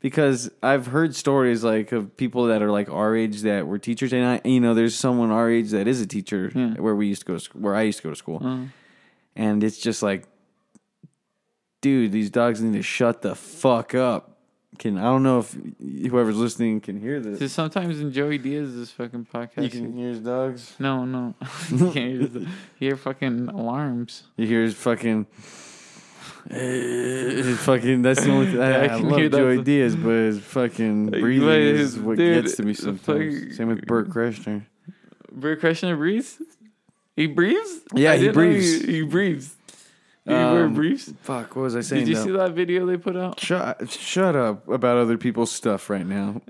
Speaker 2: because I've heard stories like of people that are like our age that were teachers and I you know there's someone our age that is a teacher
Speaker 1: Yeah.
Speaker 2: where we used to go to, sc- where I used to go to school
Speaker 1: Uh-huh.
Speaker 2: and it's just like dude these dogs need to shut the fuck up can I don't know if whoever's listening can hear this
Speaker 1: Just sometimes in Joey Diaz's fucking podcast.
Speaker 2: you can hear his dogs
Speaker 1: No, no, you can't hear, the, you hear fucking alarms.
Speaker 2: You hear his fucking. his fucking. That's the only. Thing, I,
Speaker 1: I
Speaker 2: I
Speaker 1: can hear
Speaker 2: love
Speaker 1: that.
Speaker 2: Joey Diaz, but his fucking breathing
Speaker 1: like,
Speaker 2: is
Speaker 1: his-
Speaker 2: what
Speaker 1: dude,
Speaker 2: gets to me
Speaker 1: it's
Speaker 2: sometimes.
Speaker 1: fucking-
Speaker 2: Same with Bert Kreschner.
Speaker 1: Bert Kreschner breathes. He breathes.
Speaker 2: Yeah,
Speaker 1: I
Speaker 2: he
Speaker 1: didn't know
Speaker 2: breathes.
Speaker 1: He, he breathes. He wear
Speaker 2: Um,
Speaker 1: briefs.
Speaker 2: Fuck, what was I saying?
Speaker 1: Did you
Speaker 2: though?
Speaker 1: see that video they put out?
Speaker 2: Shut, shut up about other people's stuff right now.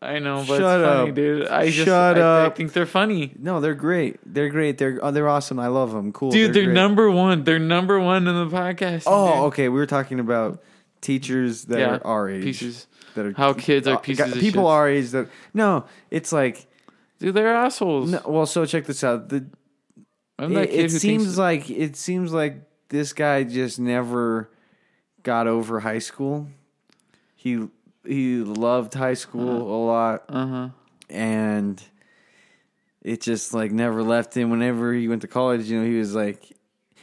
Speaker 1: I know, but
Speaker 2: Shut
Speaker 1: it's funny,
Speaker 2: up.
Speaker 1: dude. I just
Speaker 2: Shut
Speaker 1: I,
Speaker 2: up.
Speaker 1: I think they're funny.
Speaker 2: No, they're great. They're great. They're oh, they're awesome. I love them. Cool,
Speaker 1: Dude, they're,
Speaker 2: great.
Speaker 1: number one. They're number one in the podcast.
Speaker 2: Oh,
Speaker 1: dude.
Speaker 2: okay. We were talking about teachers that
Speaker 1: Yeah,
Speaker 2: are our age.
Speaker 1: pieces.
Speaker 2: That are
Speaker 1: How kids are
Speaker 2: got-
Speaker 1: pieces of
Speaker 2: people
Speaker 1: shit.
Speaker 2: our age that no, it's like
Speaker 1: Dude, they're assholes.
Speaker 2: no, well. So check this out. The
Speaker 1: I'm that
Speaker 2: it,
Speaker 1: kid
Speaker 2: it
Speaker 1: who
Speaker 2: seems
Speaker 1: thinks,
Speaker 2: like it seems like this guy just never got over high school. He he loved high school a lot,
Speaker 1: uh-huh.
Speaker 2: and it just like never left him. Whenever he went to college, you know, he was like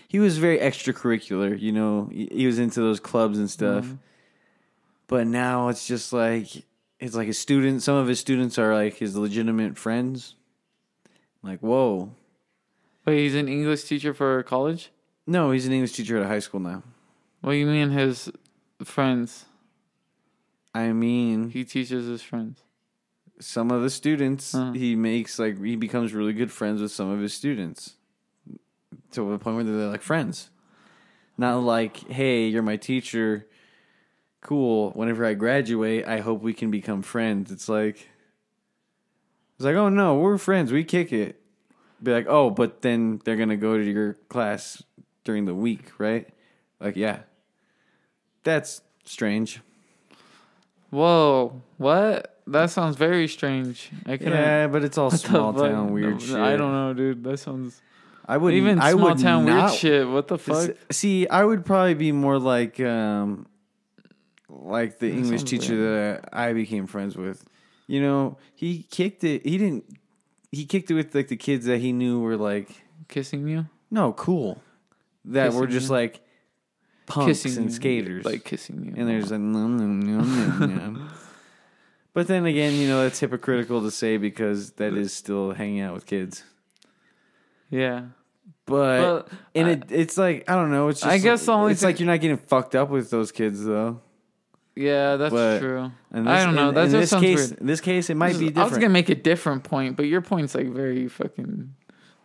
Speaker 2: he was very extracurricular. You know, he, he was into those clubs and stuff.
Speaker 1: Mm-hmm.
Speaker 2: But now it's just like it's like his student. Some of his students are like his legitimate friends. Like whoa.
Speaker 1: Wait, he's an English teacher for college?
Speaker 2: No, he's an English teacher at a high school now.
Speaker 1: What do you mean his friends?
Speaker 2: I mean,
Speaker 1: He teaches his friends.
Speaker 2: some of the students
Speaker 1: Uh-huh.
Speaker 2: he makes like he becomes really good friends with some of his students to a point where they're like friends. Not like, hey, you're my teacher. Cool. Whenever I graduate, I hope we can become friends. It's like, it's like, oh no, we're friends. We kick it. Be like, oh, but then they're gonna go to your class during the week, right? Like, yeah, that's strange.
Speaker 1: Whoa, what? That sounds very strange. I couldn't.
Speaker 2: Yeah, but it's all
Speaker 1: what the
Speaker 2: small
Speaker 1: fuck?
Speaker 2: town weird
Speaker 1: No,
Speaker 2: shit.
Speaker 1: I don't know, dude. That sounds
Speaker 2: I would
Speaker 1: even
Speaker 2: I
Speaker 1: small
Speaker 2: would
Speaker 1: town
Speaker 2: not-
Speaker 1: weird shit. What the fuck?
Speaker 2: See, I would probably be more like um like the English
Speaker 1: sounds
Speaker 2: teacher that I became friends with. You know, he kicked it. He didn't. He kicked it with like the kids that he knew were like
Speaker 1: Kissing you?
Speaker 2: no cool that were
Speaker 1: Kissing
Speaker 2: just
Speaker 1: you.
Speaker 2: like punks
Speaker 1: kissing
Speaker 2: and
Speaker 1: you.
Speaker 2: skaters.
Speaker 1: Like kissing you.
Speaker 2: and there's a nom nom nom nom nom. But then again, you know that's hypocritical to say because that is still hanging out with kids.
Speaker 1: Yeah.
Speaker 2: But
Speaker 1: Well,
Speaker 2: and
Speaker 1: I-
Speaker 2: it it's like I don't know. It's just
Speaker 1: I guess the only
Speaker 2: it's
Speaker 1: thing-
Speaker 2: like you're not getting fucked up with those kids though.
Speaker 1: Yeah, that's
Speaker 2: But-
Speaker 1: true.
Speaker 2: And
Speaker 1: I don't know,
Speaker 2: In,
Speaker 1: that
Speaker 2: in
Speaker 1: just
Speaker 2: this
Speaker 1: sounds
Speaker 2: case,
Speaker 1: weird.
Speaker 2: in this case, it might
Speaker 1: This
Speaker 2: be
Speaker 1: is- I was
Speaker 2: different.
Speaker 1: gonna make a different point, but your point's like very fucking.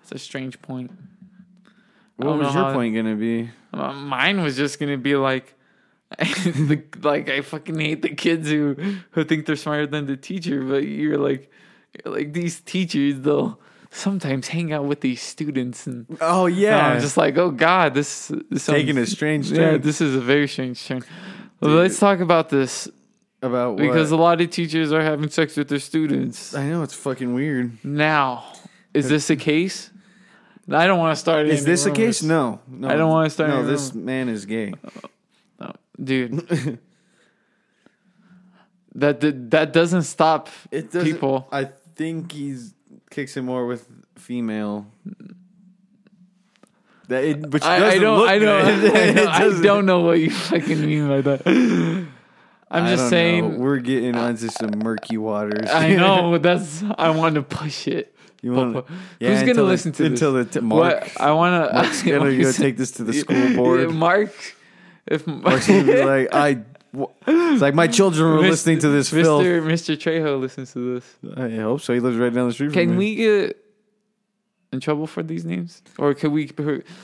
Speaker 1: It's a strange point. I
Speaker 2: what
Speaker 1: don't
Speaker 2: was
Speaker 1: know
Speaker 2: your
Speaker 1: how-
Speaker 2: point gonna be?
Speaker 1: Uh, Mine was just gonna be like, the, like I fucking hate the kids who who think they're smarter than the teacher. But you're like, you're like these teachers, they'll sometimes hang out with these students, and
Speaker 2: Oh yeah,
Speaker 1: I'm just like, oh god, this, this sounds-
Speaker 2: taking a strange
Speaker 1: yeah,
Speaker 2: turn
Speaker 1: this is a very strange turn. Well, let's talk about this
Speaker 2: about what?
Speaker 1: because a lot of teachers are having sex with their students.
Speaker 2: I know it's fucking weird.
Speaker 1: Now, is this a case? I don't want to start.
Speaker 2: Is
Speaker 1: any
Speaker 2: this a
Speaker 1: rumors.
Speaker 2: case? No, no.
Speaker 1: I don't wanna start Uh,
Speaker 2: No,
Speaker 1: any
Speaker 2: this man is gay.
Speaker 1: No, dude. that, that that doesn't stop
Speaker 2: It doesn't,
Speaker 1: people.
Speaker 2: I think he's kicks it more with female. That it, which
Speaker 1: I, I
Speaker 2: doesn't
Speaker 1: don't.
Speaker 2: look
Speaker 1: I don't.
Speaker 2: good.
Speaker 1: I,
Speaker 2: It
Speaker 1: don't I
Speaker 2: doesn't-
Speaker 1: don't know what you fucking mean by that. I'm just
Speaker 2: I don't know.
Speaker 1: saying.
Speaker 2: we're getting onto some murky waters.
Speaker 1: I know that's. I want to push it.
Speaker 2: You wanna-
Speaker 1: But-
Speaker 2: yeah,
Speaker 1: Who's gonna
Speaker 2: until the-
Speaker 1: listen to
Speaker 2: until
Speaker 1: this?
Speaker 2: the t- Mark.
Speaker 1: What, I want to.
Speaker 2: Mark's gonna go take this to the school board.
Speaker 1: Mark, if
Speaker 2: Mark's gonna be like, I. wha- It's like my children were
Speaker 1: Mr.
Speaker 2: listening to this
Speaker 1: Mr. Mr. Trejo listens to this.
Speaker 2: filth. I hope so. He lives right down the street.
Speaker 1: Can
Speaker 2: from me.
Speaker 1: we get in trouble for these names, or could we?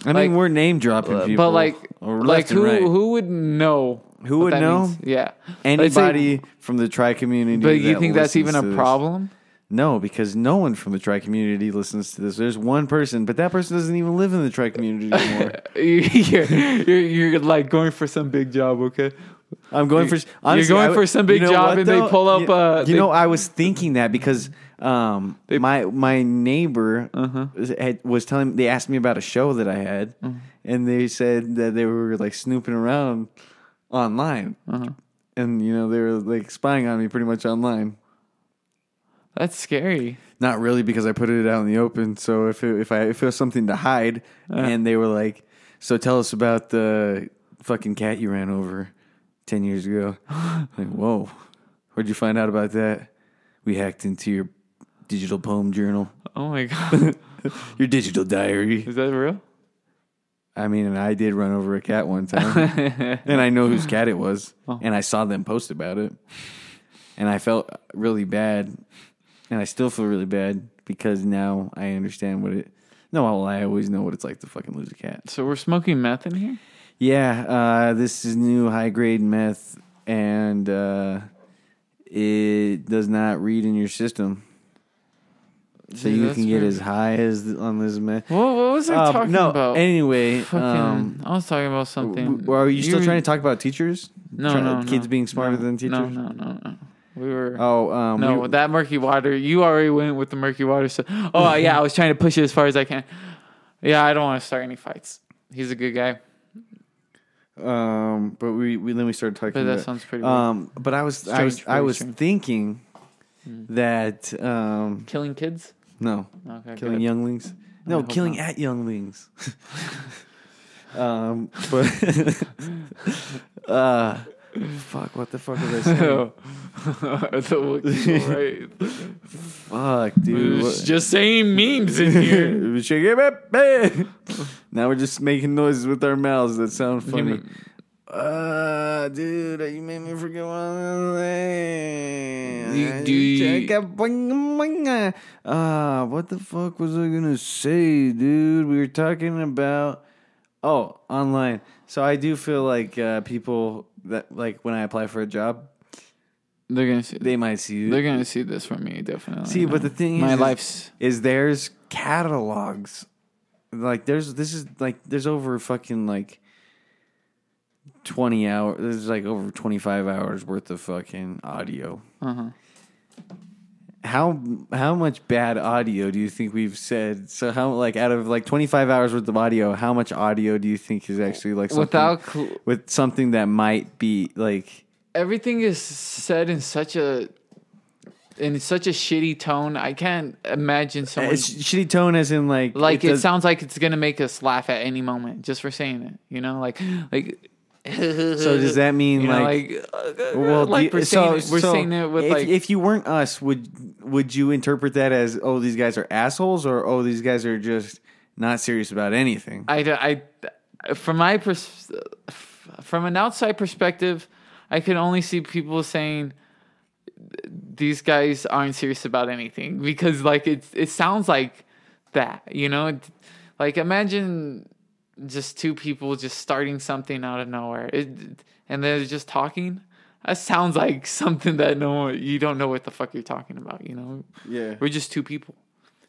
Speaker 2: I mean, we're name dropping people,
Speaker 1: but like,
Speaker 2: or
Speaker 1: like
Speaker 2: left and
Speaker 1: who
Speaker 2: right.
Speaker 1: who would know?
Speaker 2: Who
Speaker 1: what
Speaker 2: would
Speaker 1: that
Speaker 2: know?
Speaker 1: means? Yeah, Let's say-
Speaker 2: anybody from the tri community?
Speaker 1: But you think that's even a
Speaker 2: problem?
Speaker 1: problem?
Speaker 2: No, because no one from the tri community listens to this. There's one person, but that person doesn't even live in the tri community anymore.
Speaker 1: you're, you're you're like going for some big job, okay?
Speaker 2: I'm going for honestly,
Speaker 1: going
Speaker 2: I would-
Speaker 1: for some big job and they
Speaker 2: though?
Speaker 1: pull up,
Speaker 2: You,
Speaker 1: uh,
Speaker 2: you
Speaker 1: they-
Speaker 2: know, I was thinking that because um, my my neighbor
Speaker 1: Uh-huh.
Speaker 2: was- had, was telling. They asked me about a show that I had,
Speaker 1: Mm-hmm.
Speaker 2: and they said that they were like snooping around online,
Speaker 1: Uh-huh.
Speaker 2: and you know they were like spying on me pretty much online.
Speaker 1: That's scary.
Speaker 2: Not really because I put it out in the open. So if it, if I if it was something to hide, and they were like, "So tell us about the fucking cat you ran over ten years ago." like, whoa, where'd you find out about that? We hacked into your digital poem journal,
Speaker 1: Oh my god,
Speaker 2: your digital diary.
Speaker 1: is that real?
Speaker 2: I mean, and I did run over a cat one time, and I know whose cat it was, and I saw them post about it, and I felt really bad, and I still feel really bad because now I understand what it. No, well, I always know what it's like to fucking lose a cat.
Speaker 1: So we're smoking meth in here.
Speaker 2: Yeah, uh, this is new high grade meth, and uh, it does not read in your system, so
Speaker 1: Dude,
Speaker 2: you
Speaker 1: that's
Speaker 2: can get
Speaker 1: weird.
Speaker 2: as high as th- on this meth.
Speaker 1: What, what was I
Speaker 2: Uh,
Speaker 1: talking
Speaker 2: no,
Speaker 1: about?
Speaker 2: anyway,
Speaker 1: Fucking,
Speaker 2: um,
Speaker 1: I was talking about something.
Speaker 2: w- are you still
Speaker 1: were-
Speaker 2: trying to talk about teachers?
Speaker 1: No,
Speaker 2: Try-
Speaker 1: no,
Speaker 2: kids
Speaker 1: no,
Speaker 2: being smarter
Speaker 1: no,
Speaker 2: than teachers?
Speaker 1: No, no, no, no. We were.
Speaker 2: Oh, um,
Speaker 1: no,
Speaker 2: we-
Speaker 1: that murky water. You already went with the murky water. So, oh yeah, I was trying to push it as far as I can. Yeah, I don't want to start any fights. He's a good guy,
Speaker 2: um, but we, we then we started talking.
Speaker 1: but that
Speaker 2: about,
Speaker 1: sounds pretty. weird.
Speaker 2: um, but I was I was
Speaker 1: Strange, Hmm.
Speaker 2: I
Speaker 1: very
Speaker 2: was
Speaker 1: strange.
Speaker 2: thinking that um,
Speaker 1: Killing kids.
Speaker 2: no,
Speaker 1: Okay,
Speaker 2: killing
Speaker 1: good.
Speaker 2: younglings, no,
Speaker 1: hope
Speaker 2: killing
Speaker 1: not.
Speaker 2: at younglings. um, but uh, fuck, what the fuck was I saying?
Speaker 1: The look is right.
Speaker 2: fuck,
Speaker 1: It
Speaker 2: dude.
Speaker 1: was
Speaker 2: what-
Speaker 1: just saying memes in here.
Speaker 2: Shake it up, man. now we're just making noises with our mouths that sound funny.
Speaker 1: Human-
Speaker 2: Uh, dude, you made me forget what I
Speaker 1: You- do you-
Speaker 2: was Uh, what the fuck was I gonna say, dude? We were talking about oh online. So I do feel like uh, people that like when I apply for a job,
Speaker 1: They're gonna see.
Speaker 2: they might see
Speaker 1: They're
Speaker 2: you.
Speaker 1: gonna see this from me definitely.
Speaker 2: See, but the thing
Speaker 1: my
Speaker 2: is-
Speaker 1: life's
Speaker 2: Is there's catalogs like there's this is like there's over fucking like 20 hours there's like over 25 hours worth of fucking audio
Speaker 1: uh-huh.
Speaker 2: how how much bad audio do you think we've said so how like out of like 25 hours worth of audio how much audio do you think is actually like something,
Speaker 1: without cl-
Speaker 2: with something that might be like
Speaker 1: everything is said in such a in such a shitty tone. I can't imagine someone
Speaker 2: it's shitty tone as in like
Speaker 1: like it,
Speaker 2: does-
Speaker 1: sounds like it's gonna make us laugh at any moment just for saying it. You know, like like.
Speaker 2: so does that mean
Speaker 1: You know,
Speaker 2: like
Speaker 1: like, uh,
Speaker 2: Well,
Speaker 1: like
Speaker 2: do-
Speaker 1: we're
Speaker 2: so,
Speaker 1: saying it, we're
Speaker 2: so
Speaker 1: saying it with
Speaker 2: if,
Speaker 1: like
Speaker 2: if you weren't us, would would you interpret that as oh these guys are assholes or oh these guys are just not serious about anything?
Speaker 1: I, d- I d- from my pers- from an outside perspective, I can only see people saying these guys aren't serious about anything because like it's it sounds like that, you know? Like imagine just two people just starting something out of nowhere. It, and they're just talking. That sounds like something that no one, you don't know what the fuck you're talking about, you know?
Speaker 2: yeah,
Speaker 1: we're just two people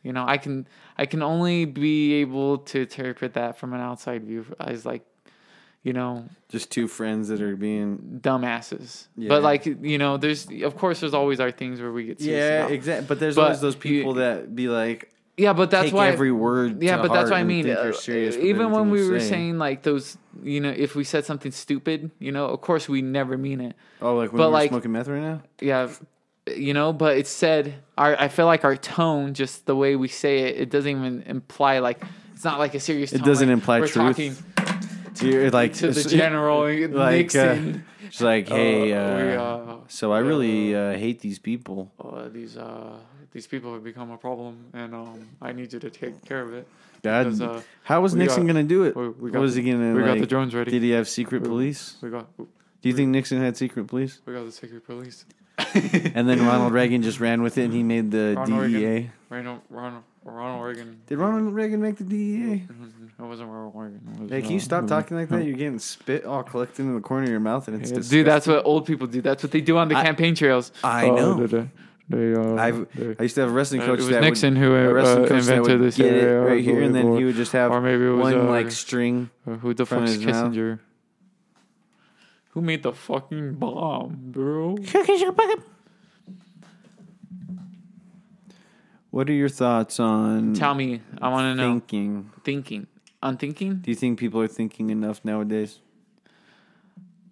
Speaker 1: you know i can i can only be able to interpret that from an outside view as like you know
Speaker 2: just two friends that are being
Speaker 1: dumbasses
Speaker 2: Yeah.
Speaker 1: but like you know there's of course there's always our things where we get serious
Speaker 2: yeah,
Speaker 1: about-
Speaker 2: exactly. But there's
Speaker 1: But
Speaker 2: always those people
Speaker 1: you-
Speaker 2: that be like
Speaker 1: yeah but that's
Speaker 2: take
Speaker 1: why
Speaker 2: every word.
Speaker 1: yeah
Speaker 2: to
Speaker 1: but that's
Speaker 2: heart
Speaker 1: what i
Speaker 2: and
Speaker 1: mean
Speaker 2: think you're
Speaker 1: Uh,
Speaker 2: serious with
Speaker 1: even when
Speaker 2: everything
Speaker 1: we
Speaker 2: you
Speaker 1: were
Speaker 2: say.
Speaker 1: saying like those you know if we said something stupid you know of course we never mean it
Speaker 2: oh like when
Speaker 1: but
Speaker 2: we're
Speaker 1: like-
Speaker 2: smoking meth right now.
Speaker 1: yeah you know but it said our i feel like our tone just the way we say it it doesn't even imply like it's not like a serious tone,
Speaker 2: doesn't
Speaker 1: like,
Speaker 2: imply
Speaker 1: we're
Speaker 2: truth.
Speaker 1: talking
Speaker 2: So you're like
Speaker 1: to the
Speaker 2: so-
Speaker 1: general
Speaker 2: like uh,
Speaker 1: nixon
Speaker 2: she's like hey,
Speaker 1: Uh, we,
Speaker 2: uh,
Speaker 1: uh,
Speaker 2: so I really uh, hate these people.
Speaker 1: uh, these uh these people have become a problem and um i need you to take care of it
Speaker 2: God,
Speaker 1: Because, uh,
Speaker 2: how was
Speaker 1: we
Speaker 2: Nixon
Speaker 1: got-
Speaker 2: going to do it?
Speaker 1: we- we got
Speaker 2: what was
Speaker 1: the-
Speaker 2: he going to?
Speaker 1: we got
Speaker 2: like,
Speaker 1: the drones ready.
Speaker 2: Did he have secret police?
Speaker 1: we got
Speaker 2: Do you think Nixon had secret police?
Speaker 1: we got the secret police
Speaker 2: And then Ronald Reagan just ran with it, and he made the
Speaker 1: Ronald
Speaker 2: DEA.
Speaker 1: Reagan. ronald ronald ronald reagan
Speaker 2: Did Ronald Reagan make the DEA?
Speaker 1: Mm-hmm, it wasn't ronald reagan it was,
Speaker 2: Hey, can you
Speaker 1: uh,
Speaker 2: stop talking like that? You're getting spit all collected in the corner of your mouth, and it's
Speaker 1: Yeah,
Speaker 2: disgusting.
Speaker 1: Dude, that's what old people do. That's what they do on the
Speaker 2: I-
Speaker 1: campaign trails.
Speaker 2: I
Speaker 1: Uh,
Speaker 2: know.
Speaker 1: They, they, uh,
Speaker 2: I've,
Speaker 1: they-
Speaker 2: I used to have a wrestling
Speaker 1: Uh,
Speaker 2: coach
Speaker 1: it was
Speaker 2: that
Speaker 1: Nixon who,
Speaker 2: would,
Speaker 1: uh,
Speaker 2: a wrestling coach that
Speaker 1: invented
Speaker 2: would
Speaker 1: this
Speaker 2: get it
Speaker 1: area,
Speaker 2: right here, and then
Speaker 1: or-
Speaker 2: he would just have
Speaker 1: or maybe it was,
Speaker 2: one
Speaker 1: uh,
Speaker 2: like string.
Speaker 1: Uh, who the
Speaker 2: from
Speaker 1: fuck's
Speaker 2: his mouth.
Speaker 1: Kissinger? Who made the fucking bomb, bro?
Speaker 2: Hmm. What are your thoughts on
Speaker 1: Tell me. I want to know.
Speaker 2: thinking?
Speaker 1: Thinking. On thinking?
Speaker 2: Do you think people are thinking enough nowadays?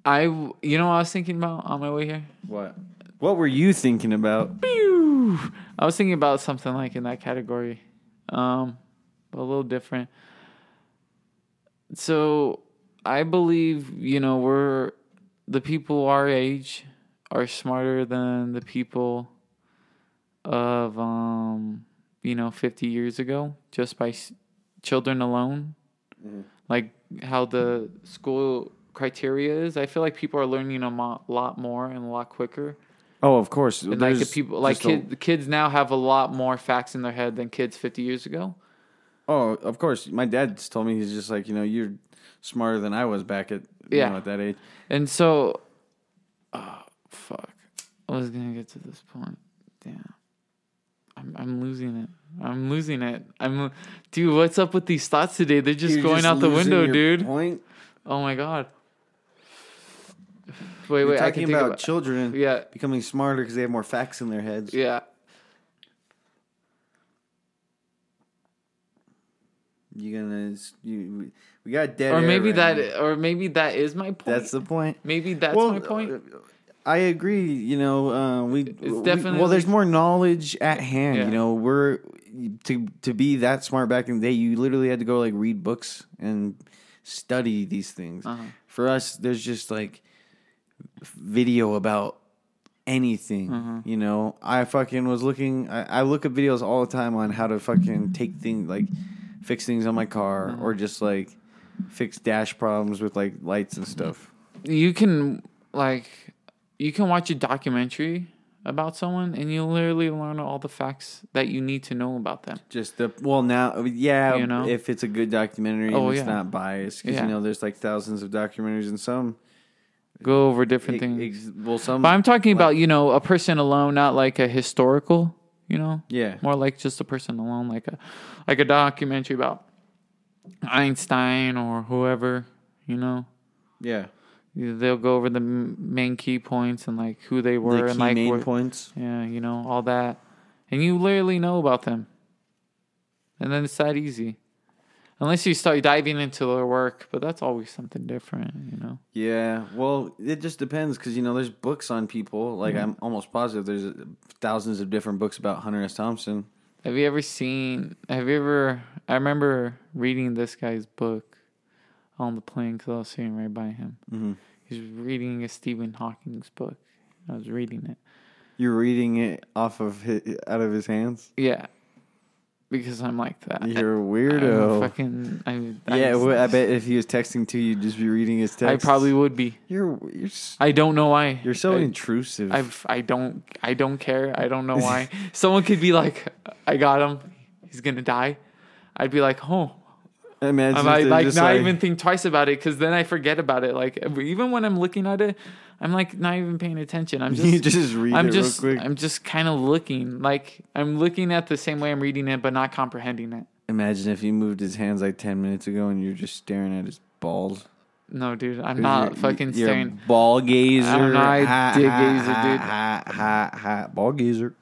Speaker 1: I, w- you know what I was thinking about on my way here?
Speaker 2: What? What were you thinking about?
Speaker 1: Pew! I was thinking about something like in that category, um, but a little different. So I believe you know we're the people our age are smarter than the people of um, you know fifty years ago just by s- children alone, like how the school criteria is. I feel like people are learning a mo- lot more and a lot quicker
Speaker 2: Oh, of course.
Speaker 1: and like the
Speaker 2: There's
Speaker 1: people like
Speaker 2: just a-
Speaker 1: kid, the kids now have a lot more facts in their head than kids 50 years ago
Speaker 2: oh, of course. My dad just told me he's just like you know you're smarter than I was back at you
Speaker 1: Yeah.
Speaker 2: know, at that age.
Speaker 1: and so oh fuck i was gonna get to this point damn i'm, I'm losing it i'm losing it i'm dude what's up with these thoughts today they're just
Speaker 2: You're
Speaker 1: going out the
Speaker 2: losing
Speaker 1: window
Speaker 2: your
Speaker 1: dude
Speaker 2: Point.
Speaker 1: oh my god Oh Wait,
Speaker 2: We're
Speaker 1: wait. I can
Speaker 2: talking
Speaker 1: think
Speaker 2: about,
Speaker 1: about.
Speaker 2: children
Speaker 1: Yeah.
Speaker 2: becoming smarter because they have more facts in their heads.
Speaker 1: yeah.
Speaker 2: You gonna you, we got dead.
Speaker 1: Or
Speaker 2: air
Speaker 1: maybe
Speaker 2: right
Speaker 1: that.
Speaker 2: now.
Speaker 1: Or maybe that is my point.
Speaker 2: that's the point.
Speaker 1: Maybe that's
Speaker 2: well,
Speaker 1: my point.
Speaker 2: I agree. You know, uh, we, we- well.
Speaker 1: definitely-
Speaker 2: There's more knowledge at hand.
Speaker 1: Yeah.
Speaker 2: You know, we're to to be that smart back in the day. You literally had to go like read books and study these things.
Speaker 1: Uh-huh.
Speaker 2: For us, there's just like video about anything.
Speaker 1: Mm-hmm.
Speaker 2: You know, I fucking was looking. I, I look at videos all the time on how to fucking take things like fix things on my car
Speaker 1: Mm-hmm.
Speaker 2: or just like fix dash problems with like lights and stuff.
Speaker 1: you can like you can watch a documentary about someone and you literally learn all the facts that you need to know about them.
Speaker 2: Just the well now, uh, yeah.
Speaker 1: You know?
Speaker 2: if it's a good documentary,
Speaker 1: Oh,
Speaker 2: and it's
Speaker 1: yeah.
Speaker 2: not biased because
Speaker 1: Yeah.
Speaker 2: you know there's like thousands of documentaries and some.
Speaker 1: Go over different
Speaker 2: ex-
Speaker 1: things.
Speaker 2: ex- well, some.
Speaker 1: but I'm talking about, you know, a person alone, not like a historical, you know?
Speaker 2: yeah,
Speaker 1: More like just a person alone, like a like a documentary about Einstein or whoever, you know.
Speaker 2: yeah.
Speaker 1: They'll go over the m- main key points and like who they were
Speaker 2: the key
Speaker 1: and like
Speaker 2: main
Speaker 1: where-
Speaker 2: points.
Speaker 1: Yeah, you know, all that. And you literally know about them. And then it's that easy. Unless you start diving into their work, but that's always something different, you know.
Speaker 2: Yeah, well, it just depends because you know there's books on people. Like
Speaker 1: Mm-hmm.
Speaker 2: I'm almost positive there's uh, thousands of different books about Hunter S. Thompson.
Speaker 1: Have you ever seen have you ever I remember reading this guy's book on the plane cuz I was sitting right by him.
Speaker 2: Mhm.
Speaker 1: He's reading a Stephen Hawking's book. I was reading it.
Speaker 2: You're reading it off of his, out of his hands.
Speaker 1: Yeah. Because I'm like that.
Speaker 2: You're a
Speaker 1: I'm a
Speaker 2: weirdo.
Speaker 1: fucking I, I,
Speaker 2: yeah, well, I bet if he was texting to you, you'd just be reading his
Speaker 1: I
Speaker 2: text.
Speaker 1: probably would be.
Speaker 2: You're you're s-
Speaker 1: I don't know why.
Speaker 2: you're so
Speaker 1: I,
Speaker 2: intrusive.
Speaker 1: I've I don't I don't care. I don't know why. Someone could be like, I got him. He's gonna die. I'd be like, oh.
Speaker 2: Imagine
Speaker 1: I
Speaker 2: if
Speaker 1: might
Speaker 2: they're
Speaker 1: like
Speaker 2: just
Speaker 1: not even think twice about it because then I forget about it. Like even when I'm looking at it, I'm like not even paying attention. I'm
Speaker 2: You
Speaker 1: just
Speaker 2: just read
Speaker 1: I'm
Speaker 2: it
Speaker 1: just
Speaker 2: real quick.
Speaker 1: I'm just kind of looking. Like I'm looking at the same way I'm reading it, but not comprehending it.
Speaker 2: Imagine if he moved his hands like ten minutes ago and you're just staring at his balls.
Speaker 1: No, dude, I'm not
Speaker 2: You're-
Speaker 1: fucking
Speaker 2: you're a
Speaker 1: staring.
Speaker 2: Ball gazer.
Speaker 1: I'm not a dick gazer, dude.
Speaker 2: Ha, ha, ha, ball gazer.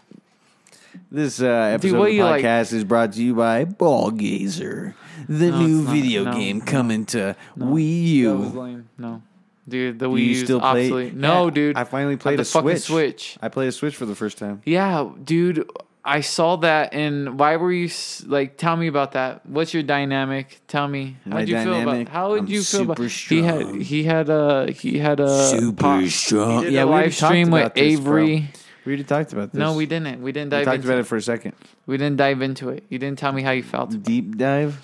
Speaker 2: This uh, episode
Speaker 1: what
Speaker 2: of the
Speaker 1: you like-
Speaker 2: podcast is brought to you by Ball Gazer, the
Speaker 1: No,
Speaker 2: new
Speaker 1: it's not.
Speaker 2: video
Speaker 1: No,
Speaker 2: game
Speaker 1: no,
Speaker 2: coming to Wii
Speaker 1: That
Speaker 2: U.
Speaker 1: was lame. No, dude, the Wii
Speaker 2: Do you
Speaker 1: U's
Speaker 2: still play?
Speaker 1: obsolete. No,
Speaker 2: Yeah,
Speaker 1: dude,
Speaker 2: I finally
Speaker 1: I have
Speaker 2: played
Speaker 1: the
Speaker 2: a
Speaker 1: fucking
Speaker 2: Switch.
Speaker 1: Switch.
Speaker 2: I played a Switch for the first time.
Speaker 1: Yeah, dude, I saw that, and why were you s- like? Tell me about that. What's your dynamic? Tell me.
Speaker 2: My
Speaker 1: How'd you feel
Speaker 2: dynamic?
Speaker 1: about? How would
Speaker 2: I'm
Speaker 1: you feel
Speaker 2: super
Speaker 1: about? He had
Speaker 2: strong.
Speaker 1: he had a he had a po-
Speaker 2: strong.
Speaker 1: did a live stream with Avery.
Speaker 2: We already talked about this.
Speaker 1: No, we didn't. We didn't
Speaker 2: We
Speaker 1: dive
Speaker 2: talked
Speaker 1: into
Speaker 2: about
Speaker 1: it.
Speaker 2: it for a second.
Speaker 1: We didn't dive into it. You didn't tell me how you felt
Speaker 2: Deep dive.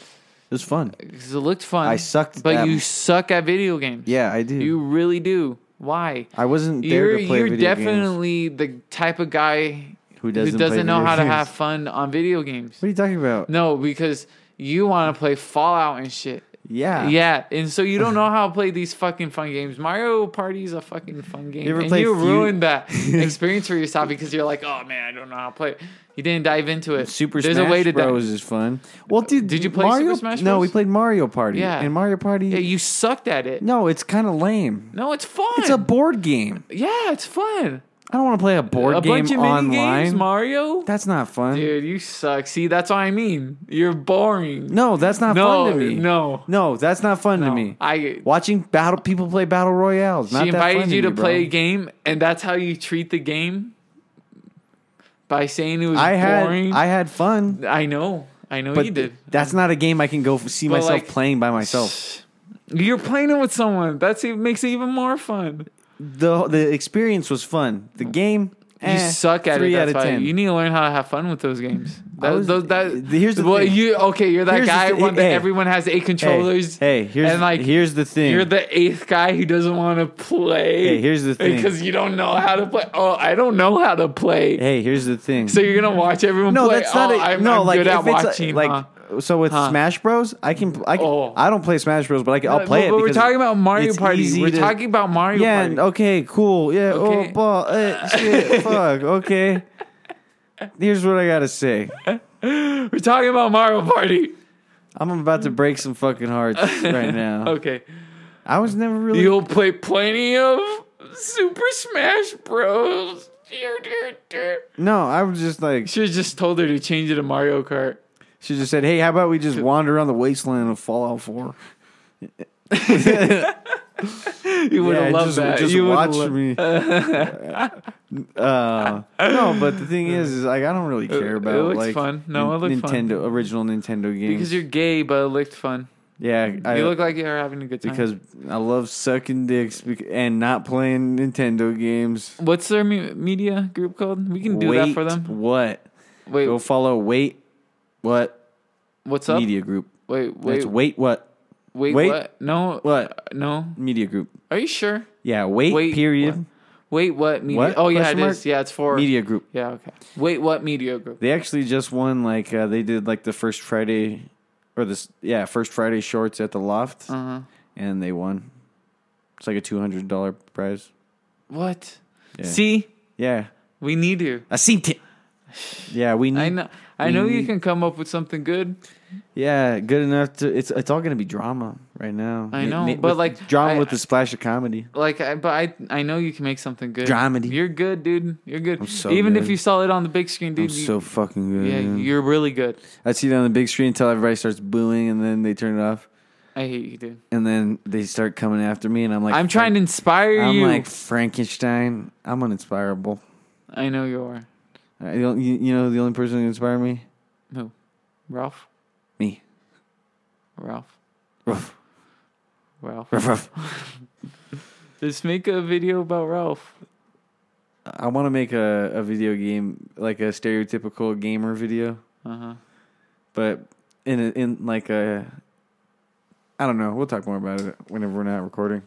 Speaker 2: It was fun.
Speaker 1: 'Cause it looked fun.
Speaker 2: I sucked
Speaker 1: but
Speaker 2: at-
Speaker 1: you suck at video games.
Speaker 2: Yeah, I do.
Speaker 1: you really do. Why?
Speaker 2: I wasn't there
Speaker 1: You're
Speaker 2: to play
Speaker 1: you're
Speaker 2: video games.
Speaker 1: definitely the type of guy
Speaker 2: Who
Speaker 1: who
Speaker 2: doesn't, play
Speaker 1: doesn't know
Speaker 2: video
Speaker 1: how to
Speaker 2: games.
Speaker 1: have fun on video games.
Speaker 2: What are you talking about?
Speaker 1: No, because you want to play Fallout and shit.
Speaker 2: Yeah.
Speaker 1: Yeah, and so you don't know how to play these fucking fun games. Mario Party is a fucking fun game,
Speaker 2: ever
Speaker 1: and
Speaker 2: play
Speaker 1: you
Speaker 2: Fu-
Speaker 1: ruined that experience for yourself because you're like, "Oh man, I don't know how to play." it." You didn't dive into it.
Speaker 2: Super Smash Bros
Speaker 1: dive.
Speaker 2: is fun. Well, dude,
Speaker 1: Did you play
Speaker 2: Mario?
Speaker 1: Super Smash
Speaker 2: No,
Speaker 1: Bros?
Speaker 2: we played Mario Party.
Speaker 1: Yeah.
Speaker 2: and Mario Party.
Speaker 1: Yeah, you sucked at it. No,
Speaker 2: no, it's kind of lame.
Speaker 1: it's fun.
Speaker 2: It's a board game.
Speaker 1: yeah, it's fun.
Speaker 2: I don't want to play a board
Speaker 1: a
Speaker 2: game
Speaker 1: bunch of mini
Speaker 2: online.
Speaker 1: games, Mario.
Speaker 2: that's not fun.
Speaker 1: Dude, you suck. See, that's what I mean. You're boring.
Speaker 2: No, that's not
Speaker 1: No,
Speaker 2: fun to me.
Speaker 1: no.
Speaker 2: no, that's not fun to
Speaker 1: No.
Speaker 2: me.
Speaker 1: I
Speaker 2: Watching battle people play battle royales. Not
Speaker 1: she
Speaker 2: that
Speaker 1: invited
Speaker 2: fun
Speaker 1: you to
Speaker 2: me, bro.
Speaker 1: play a game, and that's how you treat the game by saying it was
Speaker 2: I had
Speaker 1: boring.
Speaker 2: I had fun,
Speaker 1: I know, I know
Speaker 2: but
Speaker 1: you did.
Speaker 2: that's not a game I can go f- see
Speaker 1: But,
Speaker 2: myself
Speaker 1: like,
Speaker 2: playing by myself.
Speaker 1: You're playing it with someone. That's it makes it even more fun.
Speaker 2: the The experience was fun. The game.
Speaker 1: you
Speaker 2: eh,
Speaker 1: suck at it.
Speaker 2: three out
Speaker 1: That's
Speaker 2: of
Speaker 1: why
Speaker 2: ten.
Speaker 1: you need to learn how to have fun with those games.
Speaker 2: I
Speaker 1: That,
Speaker 2: was-
Speaker 1: those, that,
Speaker 2: here's the
Speaker 1: well,
Speaker 2: thing.
Speaker 1: you okay? You're that
Speaker 2: Here's the
Speaker 1: guy
Speaker 2: thi-
Speaker 1: one that
Speaker 2: hey.
Speaker 1: everyone has eight
Speaker 2: hey,
Speaker 1: controllers.
Speaker 2: hey, here's
Speaker 1: and like
Speaker 2: here's the thing.
Speaker 1: You're the eighth guy who doesn't want to play.
Speaker 2: Hey, here's the thing.
Speaker 1: Because you don't know how to play. Oh, I don't know how to play.
Speaker 2: hey, here's the thing.
Speaker 1: So you're gonna watch everyone
Speaker 2: no,
Speaker 1: play?
Speaker 2: that's not.
Speaker 1: oh,
Speaker 2: a,
Speaker 1: I'm,
Speaker 2: no,
Speaker 1: I'm
Speaker 2: like
Speaker 1: good at
Speaker 2: if it's
Speaker 1: watching.
Speaker 2: like
Speaker 1: huh?
Speaker 2: so with
Speaker 1: Huh.
Speaker 2: Smash Bros. I can I can
Speaker 1: Oh.
Speaker 2: I don't play Smash Bros, but I can, I'll
Speaker 1: But-
Speaker 2: play
Speaker 1: but,
Speaker 2: it.
Speaker 1: we're
Speaker 2: because
Speaker 1: talking about Mario
Speaker 2: it's
Speaker 1: Party.
Speaker 2: easy
Speaker 1: We're
Speaker 2: to-
Speaker 1: talking about Mario
Speaker 2: Yeah.
Speaker 1: Party.
Speaker 2: and- Okay. Cool. Yeah.
Speaker 1: Okay.
Speaker 2: Oh, ball. eh, shit. fuck. Okay. Here's what I gotta say.
Speaker 1: We're talking about Mario Party.
Speaker 2: I'm about to break some fucking hearts right now.
Speaker 1: Okay,
Speaker 2: I was never really.
Speaker 1: you'll play plenty of Super Smash Bros. Should
Speaker 2: No, I was just like,
Speaker 1: have just told her to change it to Mario Kart.
Speaker 2: she just said, hey, how about we just wander around the wasteland of Fallout 4?
Speaker 1: You would have
Speaker 2: Yeah,
Speaker 1: loved
Speaker 2: just,
Speaker 1: that.
Speaker 2: Just
Speaker 1: you would've lo-
Speaker 2: watch me. uh, no, but the thing is, is like I don't really care
Speaker 1: it
Speaker 2: about
Speaker 1: looks
Speaker 2: like
Speaker 1: fun. No, it looked fun.
Speaker 2: Nintendo original Nintendo games.
Speaker 1: because you're gay, but it looked fun.
Speaker 2: yeah, I,
Speaker 1: you look like you're having a good time.
Speaker 2: because I love sucking dicks bec- and not playing Nintendo games.
Speaker 1: what's their me- media group called? We can do
Speaker 2: wait,
Speaker 1: that for them.
Speaker 2: What?
Speaker 1: Wait,
Speaker 2: Go follow. Wait, what
Speaker 1: what's up?
Speaker 2: media group?
Speaker 1: Wait, wait,
Speaker 2: That's wait what
Speaker 1: wait,
Speaker 2: wait.
Speaker 1: What? No,
Speaker 2: what
Speaker 1: no.
Speaker 2: media group?
Speaker 1: Are you sure?
Speaker 2: Yeah, wait,
Speaker 1: Wait,
Speaker 2: period
Speaker 1: Wait, what media?
Speaker 2: What?
Speaker 1: Oh yeah, it
Speaker 2: Question
Speaker 1: is.
Speaker 2: mark?
Speaker 1: Yeah, it's for
Speaker 2: media group.
Speaker 1: Yeah, okay. Wait, what media group?
Speaker 2: They actually just won like uh, they did like the first Friday or this yeah first Friday shorts at the loft
Speaker 1: Uh-huh.
Speaker 2: and they won. It's like a two hundred dollar prize.
Speaker 1: What?
Speaker 2: Yeah.
Speaker 1: See,
Speaker 2: yeah,
Speaker 1: we need you.
Speaker 2: I seen it. Yeah, we need.
Speaker 1: I know. I know you
Speaker 2: Mm.
Speaker 1: can come up with something good.
Speaker 2: Yeah, good enough to. It's it's all gonna be drama right now.
Speaker 1: I
Speaker 2: Ma-
Speaker 1: know,
Speaker 2: ma-
Speaker 1: but,
Speaker 2: with-
Speaker 1: like,
Speaker 2: drama
Speaker 1: I-
Speaker 2: with a splash of comedy.
Speaker 1: Like, I, but I, I know you can make something good.
Speaker 2: Dramedy.
Speaker 1: You're good, dude. You're good.
Speaker 2: so
Speaker 1: Even if
Speaker 2: good.
Speaker 1: you saw it on the big screen, dude.
Speaker 2: I'm
Speaker 1: you-
Speaker 2: so fucking good.
Speaker 1: yeah,
Speaker 2: man.
Speaker 1: you're really good.
Speaker 2: I see it on the big screen until everybody starts booing, and then they turn it off,
Speaker 1: I hate you, dude.
Speaker 2: and then they start coming after me, and I'm like,
Speaker 1: I'm trying to inspire
Speaker 2: I'm
Speaker 1: you.
Speaker 2: like Frankenstein. I'm uninspirable.
Speaker 1: I know you are.
Speaker 2: I don't, Uh, you, you know, the only person who can inspire me,
Speaker 1: No, Ralph.
Speaker 2: me.
Speaker 1: Ralph.
Speaker 2: Ruff,
Speaker 1: Ralph.
Speaker 2: ruff, ruff.
Speaker 1: Just make a video about Ralph.
Speaker 2: I want to make a, a video game like a stereotypical gamer video,
Speaker 1: Uh huh.
Speaker 2: but in a, in like a. I don't know. We'll talk more about it whenever we're not recording.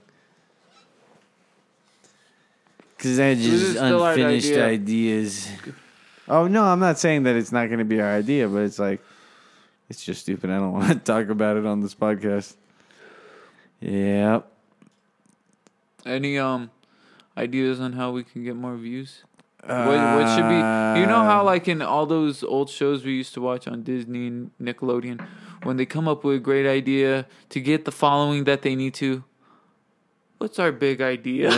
Speaker 2: Because that
Speaker 1: is
Speaker 2: just
Speaker 1: still our
Speaker 2: unfinished
Speaker 1: idea.
Speaker 2: ideas. Oh no, I'm not saying that it's not going to be our idea, but it's like it's just stupid. I don't want to talk about it on this podcast. Yep.
Speaker 1: Any um ideas on how we can get more views? What, what should be? You know how like in all those old shows we used to watch on Disney and Nickelodeon, when they come up with a great idea to get the following that they need to. What's our big idea?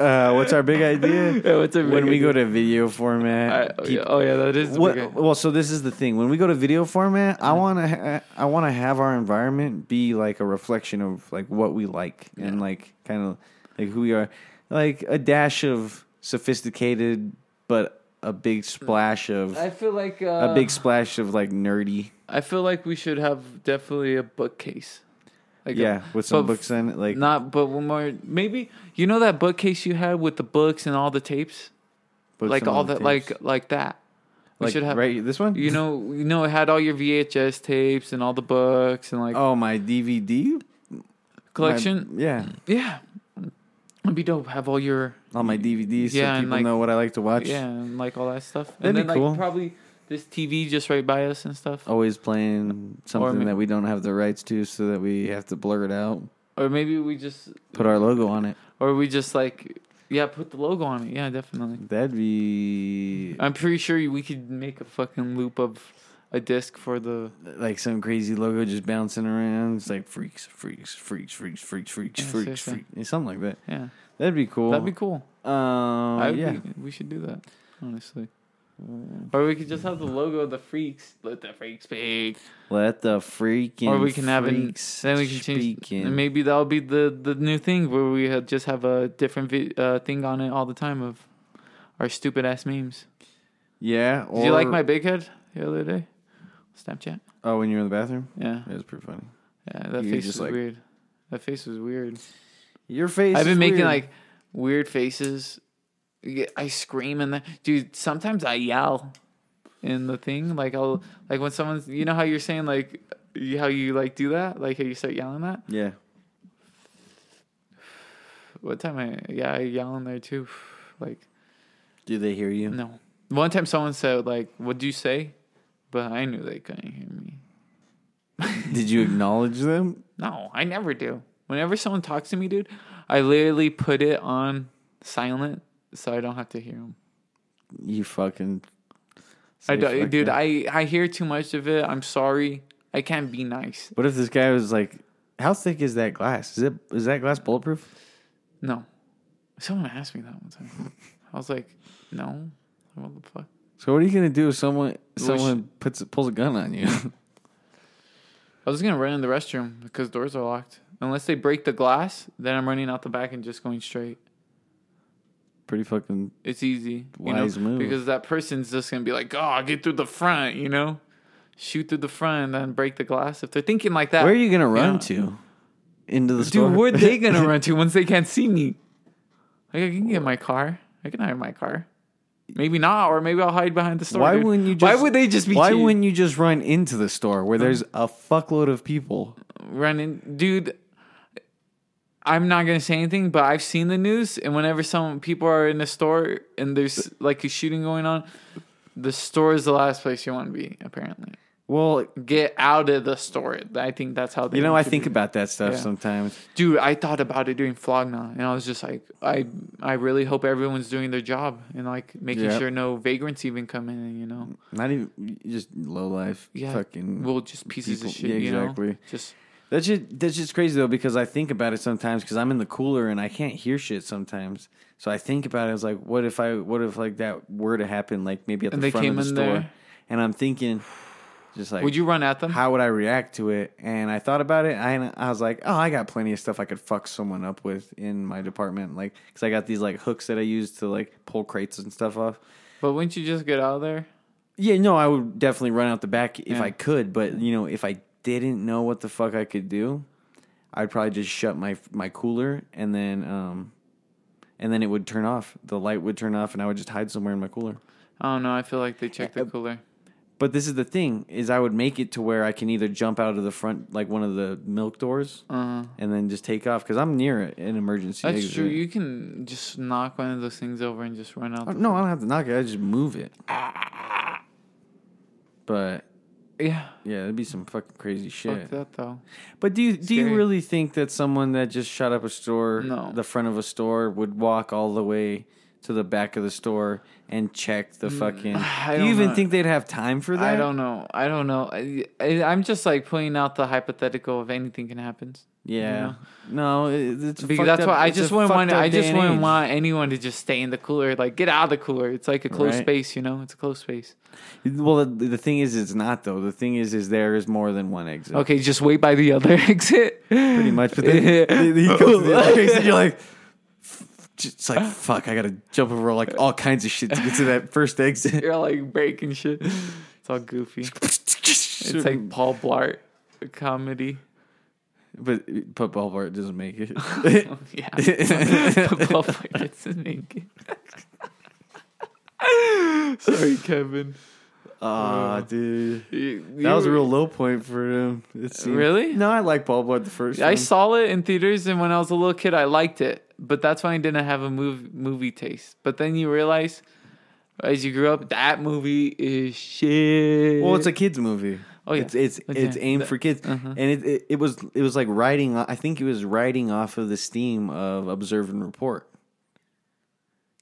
Speaker 2: uh, what's our big idea?
Speaker 1: Yeah, what's our
Speaker 2: when
Speaker 1: big
Speaker 2: we go
Speaker 1: idea?
Speaker 2: to video format,
Speaker 1: I- oh,
Speaker 2: peop-
Speaker 1: yeah, oh yeah, that is the
Speaker 2: what,
Speaker 1: big Mm-hmm. idea.
Speaker 2: well, so this is the thing. When we go to video format, I want to ha- I want to have our environment be like a reflection of like what we like and
Speaker 1: Yeah.
Speaker 2: like kind of like who we are. Like a dash of sophisticated but a big splash of
Speaker 1: Mm. I feel like uh,
Speaker 2: a big splash of like nerdy.
Speaker 1: I feel like we should have definitely a bookcase. Like a-
Speaker 2: Yeah, with some
Speaker 1: but
Speaker 2: books in it like
Speaker 1: Not, but one more. Maybe you know that bookcase you had with the books and all the tapes,
Speaker 2: books
Speaker 1: like
Speaker 2: and
Speaker 1: all that,
Speaker 2: tapes.
Speaker 1: like like that. We
Speaker 2: Like,
Speaker 1: should have.
Speaker 2: right this one?
Speaker 1: You know, you know, it had all your VHS tapes and all the books and like
Speaker 2: Oh, my DVD
Speaker 1: collection.
Speaker 2: My- yeah.
Speaker 1: yeah, it'd be dope. Have all your
Speaker 2: on my DVDs
Speaker 1: Yeah,
Speaker 2: so
Speaker 1: and,
Speaker 2: people
Speaker 1: like-
Speaker 2: know what I like to watch.
Speaker 1: yeah, and like all that stuff. and
Speaker 2: That'd be
Speaker 1: then
Speaker 2: cool.
Speaker 1: like probably this TV just right by us and stuff.
Speaker 2: Always playing something
Speaker 1: ma-
Speaker 2: that we don't have the rights to, so that we have to blur it out,
Speaker 1: Or maybe we just,
Speaker 2: put our logo on it.
Speaker 1: or we just like, yeah, put the logo on it. Yeah, definitely.
Speaker 2: That'd be
Speaker 1: I'm pretty sure we could make a fucking loop of a disc for the
Speaker 2: like some crazy logo just bouncing around. It's like freaks, freaks, freaks, freaks, freaks, freaks,
Speaker 1: Yeah,
Speaker 2: freaks,
Speaker 1: seriously.
Speaker 2: freaks, yeah, something like that.
Speaker 1: yeah.
Speaker 2: That'd be cool.
Speaker 1: That'd be cool.
Speaker 2: um,
Speaker 1: I would
Speaker 2: yeah. Mm.
Speaker 1: be- we should do that, honestly. Or we could just have the logo of the freaks. Let the freaks speak.
Speaker 2: Let the freaking
Speaker 1: or we can have an,
Speaker 2: freaks
Speaker 1: then we can change.
Speaker 2: speaking.
Speaker 1: And maybe that'll be the the new thing where we had just have a different vi- uh, thing on it all the time of our stupid ass memes.
Speaker 2: yeah. Or,
Speaker 1: Did you like my big head the other day? Snapchat.
Speaker 2: Oh, when you were in the bathroom,
Speaker 1: Yeah,
Speaker 2: yeah, it was pretty funny.
Speaker 1: yeah. That
Speaker 2: You
Speaker 1: face
Speaker 2: just
Speaker 1: was
Speaker 2: like-
Speaker 1: weird. That face was weird.
Speaker 2: Your face.
Speaker 1: I've
Speaker 2: is
Speaker 1: been making
Speaker 2: weird.
Speaker 1: like weird faces. Yeah, I scream and then, dude. Sometimes I yell in the thing. Like I'll like when someone's. You know how you're saying like you- how you like do that. Like how you start yelling that.
Speaker 2: yeah.
Speaker 1: What time I yeah I yell in there too. Like
Speaker 2: Do they hear you?
Speaker 1: no. One time someone said like what'd you say, but I knew they couldn't hear me.
Speaker 2: Did you acknowledge them?
Speaker 1: No, I never do. Whenever someone talks to me, dude, I literally put it on silent so I don't have to hear them.
Speaker 2: You fucking.
Speaker 1: I
Speaker 2: say
Speaker 1: do,
Speaker 2: fuck
Speaker 1: dude,
Speaker 2: them.
Speaker 1: I, I hear too much of it. I'm sorry. I can't be nice.
Speaker 2: What if this guy was like, "How thick is that glass? Is it is that glass bulletproof?"
Speaker 1: No. Someone asked me that one time. I was like, no. What the fuck?
Speaker 2: So what are you gonna do if someone
Speaker 1: We
Speaker 2: someone puts pulls a gun on you?
Speaker 1: I was gonna run in the restroom because doors are locked. Unless they break the glass, then I'm running out the back and just going straight.
Speaker 2: Pretty fucking
Speaker 1: It's easy.
Speaker 2: Wise
Speaker 1: you know?
Speaker 2: move.
Speaker 1: Because that person's just gonna be like, oh, get through the front, you know? Shoot through the front and then break the glass. If they're thinking like that,
Speaker 2: Where are you gonna run
Speaker 1: Yeah.
Speaker 2: to? Into the store.
Speaker 1: dude, where are they gonna run to once they can't see me? Like, I can get in my car. I can hide in my car. Maybe not, or maybe I'll hide behind the store.
Speaker 2: Why
Speaker 1: dude.
Speaker 2: wouldn't you? Just,
Speaker 1: Why would they just be?
Speaker 2: Why
Speaker 1: cheating?
Speaker 2: wouldn't you just run into the store where there's a fuckload of people?
Speaker 1: running dude i'm not gonna say anything but i've seen the news and whenever some people are in the store and there's like a shooting going on the store is the last place you want to be apparently
Speaker 2: Well,
Speaker 1: get out of the store i think that's how they
Speaker 2: you know,
Speaker 1: need
Speaker 2: I
Speaker 1: to
Speaker 2: think
Speaker 1: be.
Speaker 2: about that stuff
Speaker 1: Yeah.
Speaker 2: sometimes.
Speaker 1: dude i thought about it during flogna and i was just like i i really hope everyone's doing their job and like making
Speaker 2: Yeah.
Speaker 1: sure no vagrants even come in and you know
Speaker 2: Not even just low life.
Speaker 1: yeah
Speaker 2: fucking.
Speaker 1: well just pieces
Speaker 2: people-
Speaker 1: of shit
Speaker 2: yeah,
Speaker 1: you know
Speaker 2: exactly.
Speaker 1: just
Speaker 2: that's just that's just crazy though because I think about it sometimes because I'm in the cooler and I can't hear shit sometimes. So I think about it. I was like, what if I? What if like that were to happen? Like maybe at the
Speaker 1: And they
Speaker 2: front
Speaker 1: came
Speaker 2: of the
Speaker 1: in
Speaker 2: store.
Speaker 1: there?
Speaker 2: And I'm thinking, just like,
Speaker 1: would you run at them
Speaker 2: how would I react to it? And I thought about it. I I was like, oh, I got plenty of stuff I could fuck someone up with in my department, like because I got these like hooks that I use to like pull crates and stuff off.
Speaker 1: but wouldn't you just get out of there
Speaker 2: Yeah, no, I would definitely run out the back if
Speaker 1: Yeah.
Speaker 2: I could, but you know, if I didn't know what the fuck I could do, I'd probably just shut my my cooler and then um and then it would turn off. The light would turn off, and I would just hide somewhere in my cooler.
Speaker 1: I don't know. I feel like they checked the
Speaker 2: Uh,
Speaker 1: cooler.
Speaker 2: But this is the thing: is I would make it to where I can either jump out of the front, like one of the milk doors,
Speaker 1: Uh,
Speaker 2: and then just take off because I'm near it- an emergency.
Speaker 1: that's
Speaker 2: exit.
Speaker 1: true. You can just knock one of those things over and just run out.
Speaker 2: I-
Speaker 1: the-
Speaker 2: Uh, no, I don't have to knock it. I just move it. But
Speaker 1: yeah,
Speaker 2: yeah, it'd be some fucking crazy shit.
Speaker 1: fuck that though.
Speaker 2: But do you do you
Speaker 1: Scary.
Speaker 2: really think that someone that just shot up a store,
Speaker 1: No.
Speaker 2: the front of a store, would walk all the way to the back of the store and check the fucking?
Speaker 1: Mm, I
Speaker 2: do you
Speaker 1: don't
Speaker 2: even
Speaker 1: know.
Speaker 2: think they'd have time for that?
Speaker 1: I don't know. I don't know. I, I, I'm just like pulling out the hypothetical of anything can happen.
Speaker 2: Yeah. No, it, it's a
Speaker 1: Because
Speaker 2: fucked
Speaker 1: that's
Speaker 2: up-
Speaker 1: why I
Speaker 2: it's a
Speaker 1: just wouldn't
Speaker 2: fucked
Speaker 1: want.
Speaker 2: up
Speaker 1: I
Speaker 2: day
Speaker 1: just
Speaker 2: and
Speaker 1: wouldn't
Speaker 2: age.
Speaker 1: want anyone to just stay in the cooler. Like get out of the cooler. It's like a closed
Speaker 2: Right.
Speaker 1: space. You know, it's a closed space.
Speaker 2: Well, the, the thing is, it's not though. The thing is, is there is more than one exit.
Speaker 1: Okay, just wait by the other exit.
Speaker 2: pretty much. But then, then he comes to the other place and you're like, it's like fuck. I gotta jump over like all kinds of shit to get to that first exit.
Speaker 1: You're like breaking shit. It's all goofy.
Speaker 2: it's
Speaker 1: It's like Paul Blart comedy.
Speaker 2: but but Ballbart doesn't make it.
Speaker 1: Yeah. Football players in England. Sorry, Kevin.
Speaker 2: Ah, dude,
Speaker 1: You-
Speaker 2: that was a
Speaker 1: you-
Speaker 2: real low point for him. It seemed-
Speaker 1: Really?
Speaker 2: No, I like Ballbart the first.
Speaker 1: I
Speaker 2: one.
Speaker 1: saw it in theaters, and when I was a little kid, I liked it. But that's why I didn't have a movie movie taste. But then you realize, as you grew up, that movie is shit.
Speaker 2: Well, it's a kids movie.
Speaker 1: Oh, yeah.
Speaker 2: it's it's
Speaker 1: Okay. Uh-huh.
Speaker 2: it's aimed for kids, and it, it it was it was like writing. I think it was writing off of this theme of observe and report,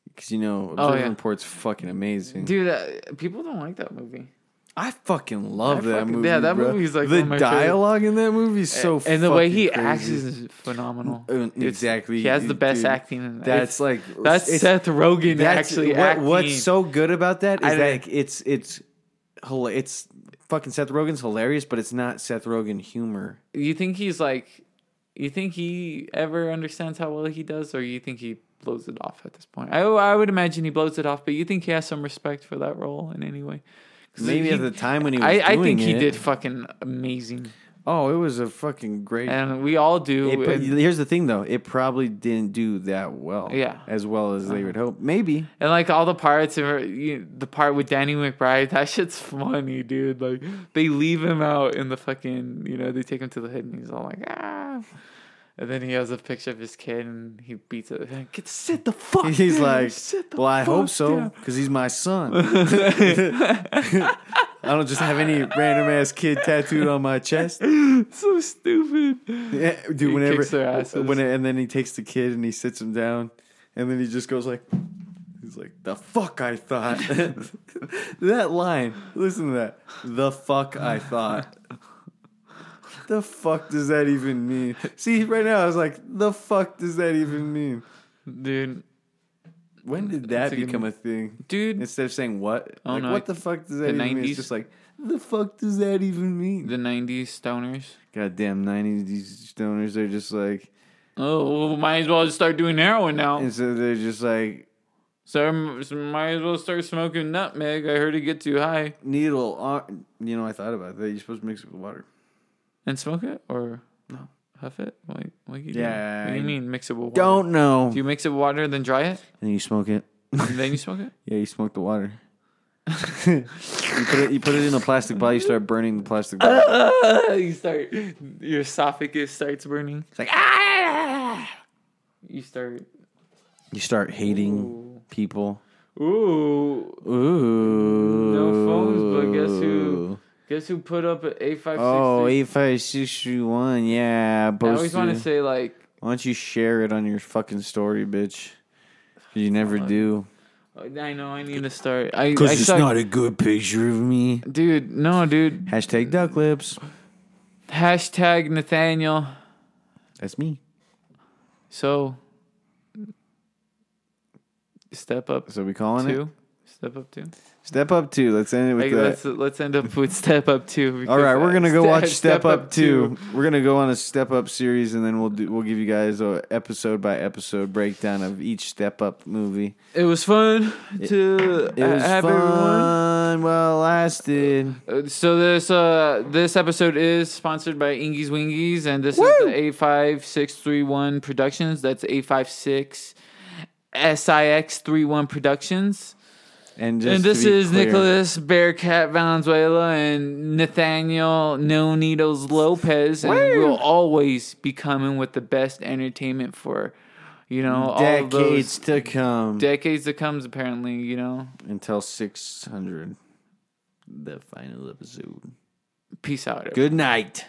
Speaker 2: because you know observe
Speaker 1: Oh, yeah.
Speaker 2: and report's fucking amazing.
Speaker 1: dude. Uh, people don't like that movie.
Speaker 2: I fucking love
Speaker 1: I
Speaker 2: that
Speaker 1: fucking-
Speaker 2: movie.
Speaker 1: yeah, that
Speaker 2: bro.
Speaker 1: movie's, like,
Speaker 2: the
Speaker 1: one of my favorite-
Speaker 2: dialogue in that movie is so
Speaker 1: and the way
Speaker 2: fucking
Speaker 1: he
Speaker 2: crazy.
Speaker 1: acts is phenomenal.
Speaker 2: Uh,
Speaker 1: It's-
Speaker 2: exactly,
Speaker 1: He has the best
Speaker 2: dude.
Speaker 1: acting. In it's-
Speaker 2: That's like
Speaker 1: that's
Speaker 2: it's-
Speaker 1: Seth Rogen
Speaker 2: that's-
Speaker 1: actually
Speaker 2: what,
Speaker 1: acting.
Speaker 2: what's so good about that
Speaker 1: I
Speaker 2: is
Speaker 1: don't-
Speaker 2: that it's it's hila- it's fucking Seth Rogen's hilarious, but it's not Seth Rogen humor.
Speaker 1: You think he's like, you think he ever understands how well he does, or you think he blows it off at this point? I, I would imagine he blows it off, but you think he has some respect for that role in any way? 'Cause
Speaker 2: Maybe
Speaker 1: he-
Speaker 2: at the time when he was
Speaker 1: I, I
Speaker 2: doing
Speaker 1: think he
Speaker 2: it-
Speaker 1: did fucking amazing,
Speaker 2: Oh, it was a fucking great.
Speaker 1: and we all
Speaker 2: it,
Speaker 1: do.
Speaker 2: but
Speaker 1: and,
Speaker 2: here's the thing, though. It probably didn't do that well.
Speaker 1: Yeah. Uh-huh.
Speaker 2: As well as they would hope. Maybe.
Speaker 1: and like all the parts, of, you, the part with Danny McBride, that shit's funny, dude. Like they leave him out in the fucking, you know, they take him to the hood, and he's all like, ah. And then he has a picture of his kid, and he beats it. Like, Get sit the fuck.
Speaker 2: He's like,
Speaker 1: Sit the
Speaker 2: well, I hope
Speaker 1: fuck
Speaker 2: so,
Speaker 1: down."
Speaker 2: because he's my son. I don't just have any random ass kid tattooed on my chest.
Speaker 1: So stupid.
Speaker 2: Yeah, dude.
Speaker 1: He
Speaker 2: whenever
Speaker 1: kicks their asses.
Speaker 2: when and then he takes the kid and he sits him down, and then he just goes like, he's like, "The fuck I thought." that line. Listen to that. The fuck I thought. the fuck does that even mean? See, right now I was like, the fuck does that even mean?
Speaker 1: dude.
Speaker 2: When did that
Speaker 1: It's like a-
Speaker 2: become a thing?
Speaker 1: Dude,
Speaker 2: Instead of saying what,
Speaker 1: Oh,
Speaker 2: like
Speaker 1: no,
Speaker 2: what the fuck does that
Speaker 1: the
Speaker 2: even mean?
Speaker 1: 90s.
Speaker 2: It's just like the fuck does that even mean?
Speaker 1: the '90s stoners.
Speaker 2: Goddamn nineties, these stoners are just like,
Speaker 1: Oh, well, might as well just start doing heroin now.
Speaker 2: and so they're just like
Speaker 1: So, I'm- so might as well start smoking nutmeg. I heard it get too high.
Speaker 2: needle. On, you know, I thought about that. You're supposed to mix it with water.
Speaker 1: And smoke it or
Speaker 2: No.
Speaker 1: huff it? What, what, you doing?
Speaker 2: Yeah,
Speaker 1: what do you
Speaker 2: I
Speaker 1: mean mix it with water?
Speaker 2: Don't know.
Speaker 1: Do you mix it with water and then dry it?
Speaker 2: and you smoke it.
Speaker 1: And then you smoke it?
Speaker 2: Yeah, you smoke the water. you put it. You put it in a plastic bottle. You start burning the plastic bottle.
Speaker 1: you start, your esophagus starts burning.
Speaker 2: It's like ah.
Speaker 1: You start,
Speaker 2: You start hating
Speaker 1: Ooh.
Speaker 2: people.
Speaker 1: ooh.
Speaker 2: Ooh.
Speaker 1: No phones, but guess who- Guess who put up an A560?
Speaker 2: Oh, eight five six two one. Yeah,
Speaker 1: I
Speaker 2: post
Speaker 1: always want
Speaker 2: it.
Speaker 1: to say, like,
Speaker 2: Why don't you share it on your fucking story, bitch? You never do.
Speaker 1: I know I need to start. I, I suck.
Speaker 2: a good picture of me.
Speaker 1: dude, no, dude.
Speaker 2: Hashtag duck lips.
Speaker 1: Hashtag Nathaniel.
Speaker 2: That's me.
Speaker 1: So, step up
Speaker 2: So we calling it.
Speaker 1: two. Step up two.
Speaker 2: Step up two. Let's end it with
Speaker 1: Like,
Speaker 2: that.
Speaker 1: let's let's end up with step up two.
Speaker 2: All
Speaker 1: because
Speaker 2: right, we're
Speaker 1: I-
Speaker 2: gonna go
Speaker 1: Ste-
Speaker 2: watch Step, Up 2 We're gonna go on a Step Up series, and then we'll do, we'll give you guys a episode by episode breakdown of each Step Up movie.
Speaker 1: It was fun to
Speaker 2: It was
Speaker 1: have everyone.
Speaker 2: fun, well lasted.
Speaker 1: Uh, So this uh this episode is sponsored by Ingies Wingies, and this is the A five six three one Productions. That's A five six SIX three one Productions.
Speaker 2: And just
Speaker 1: And
Speaker 2: to
Speaker 1: this
Speaker 2: be
Speaker 1: is
Speaker 2: clear,
Speaker 1: Nicholas Bearcat Valenzuela and Nathaniel No Needles Lopez, and we'll always be coming with the best entertainment for, you know, all of
Speaker 2: Decades
Speaker 1: those
Speaker 2: to come
Speaker 1: decades that comes. Apparently, you know.
Speaker 2: until six hundred, the final episode.
Speaker 1: Peace out. everyone.
Speaker 2: Good night.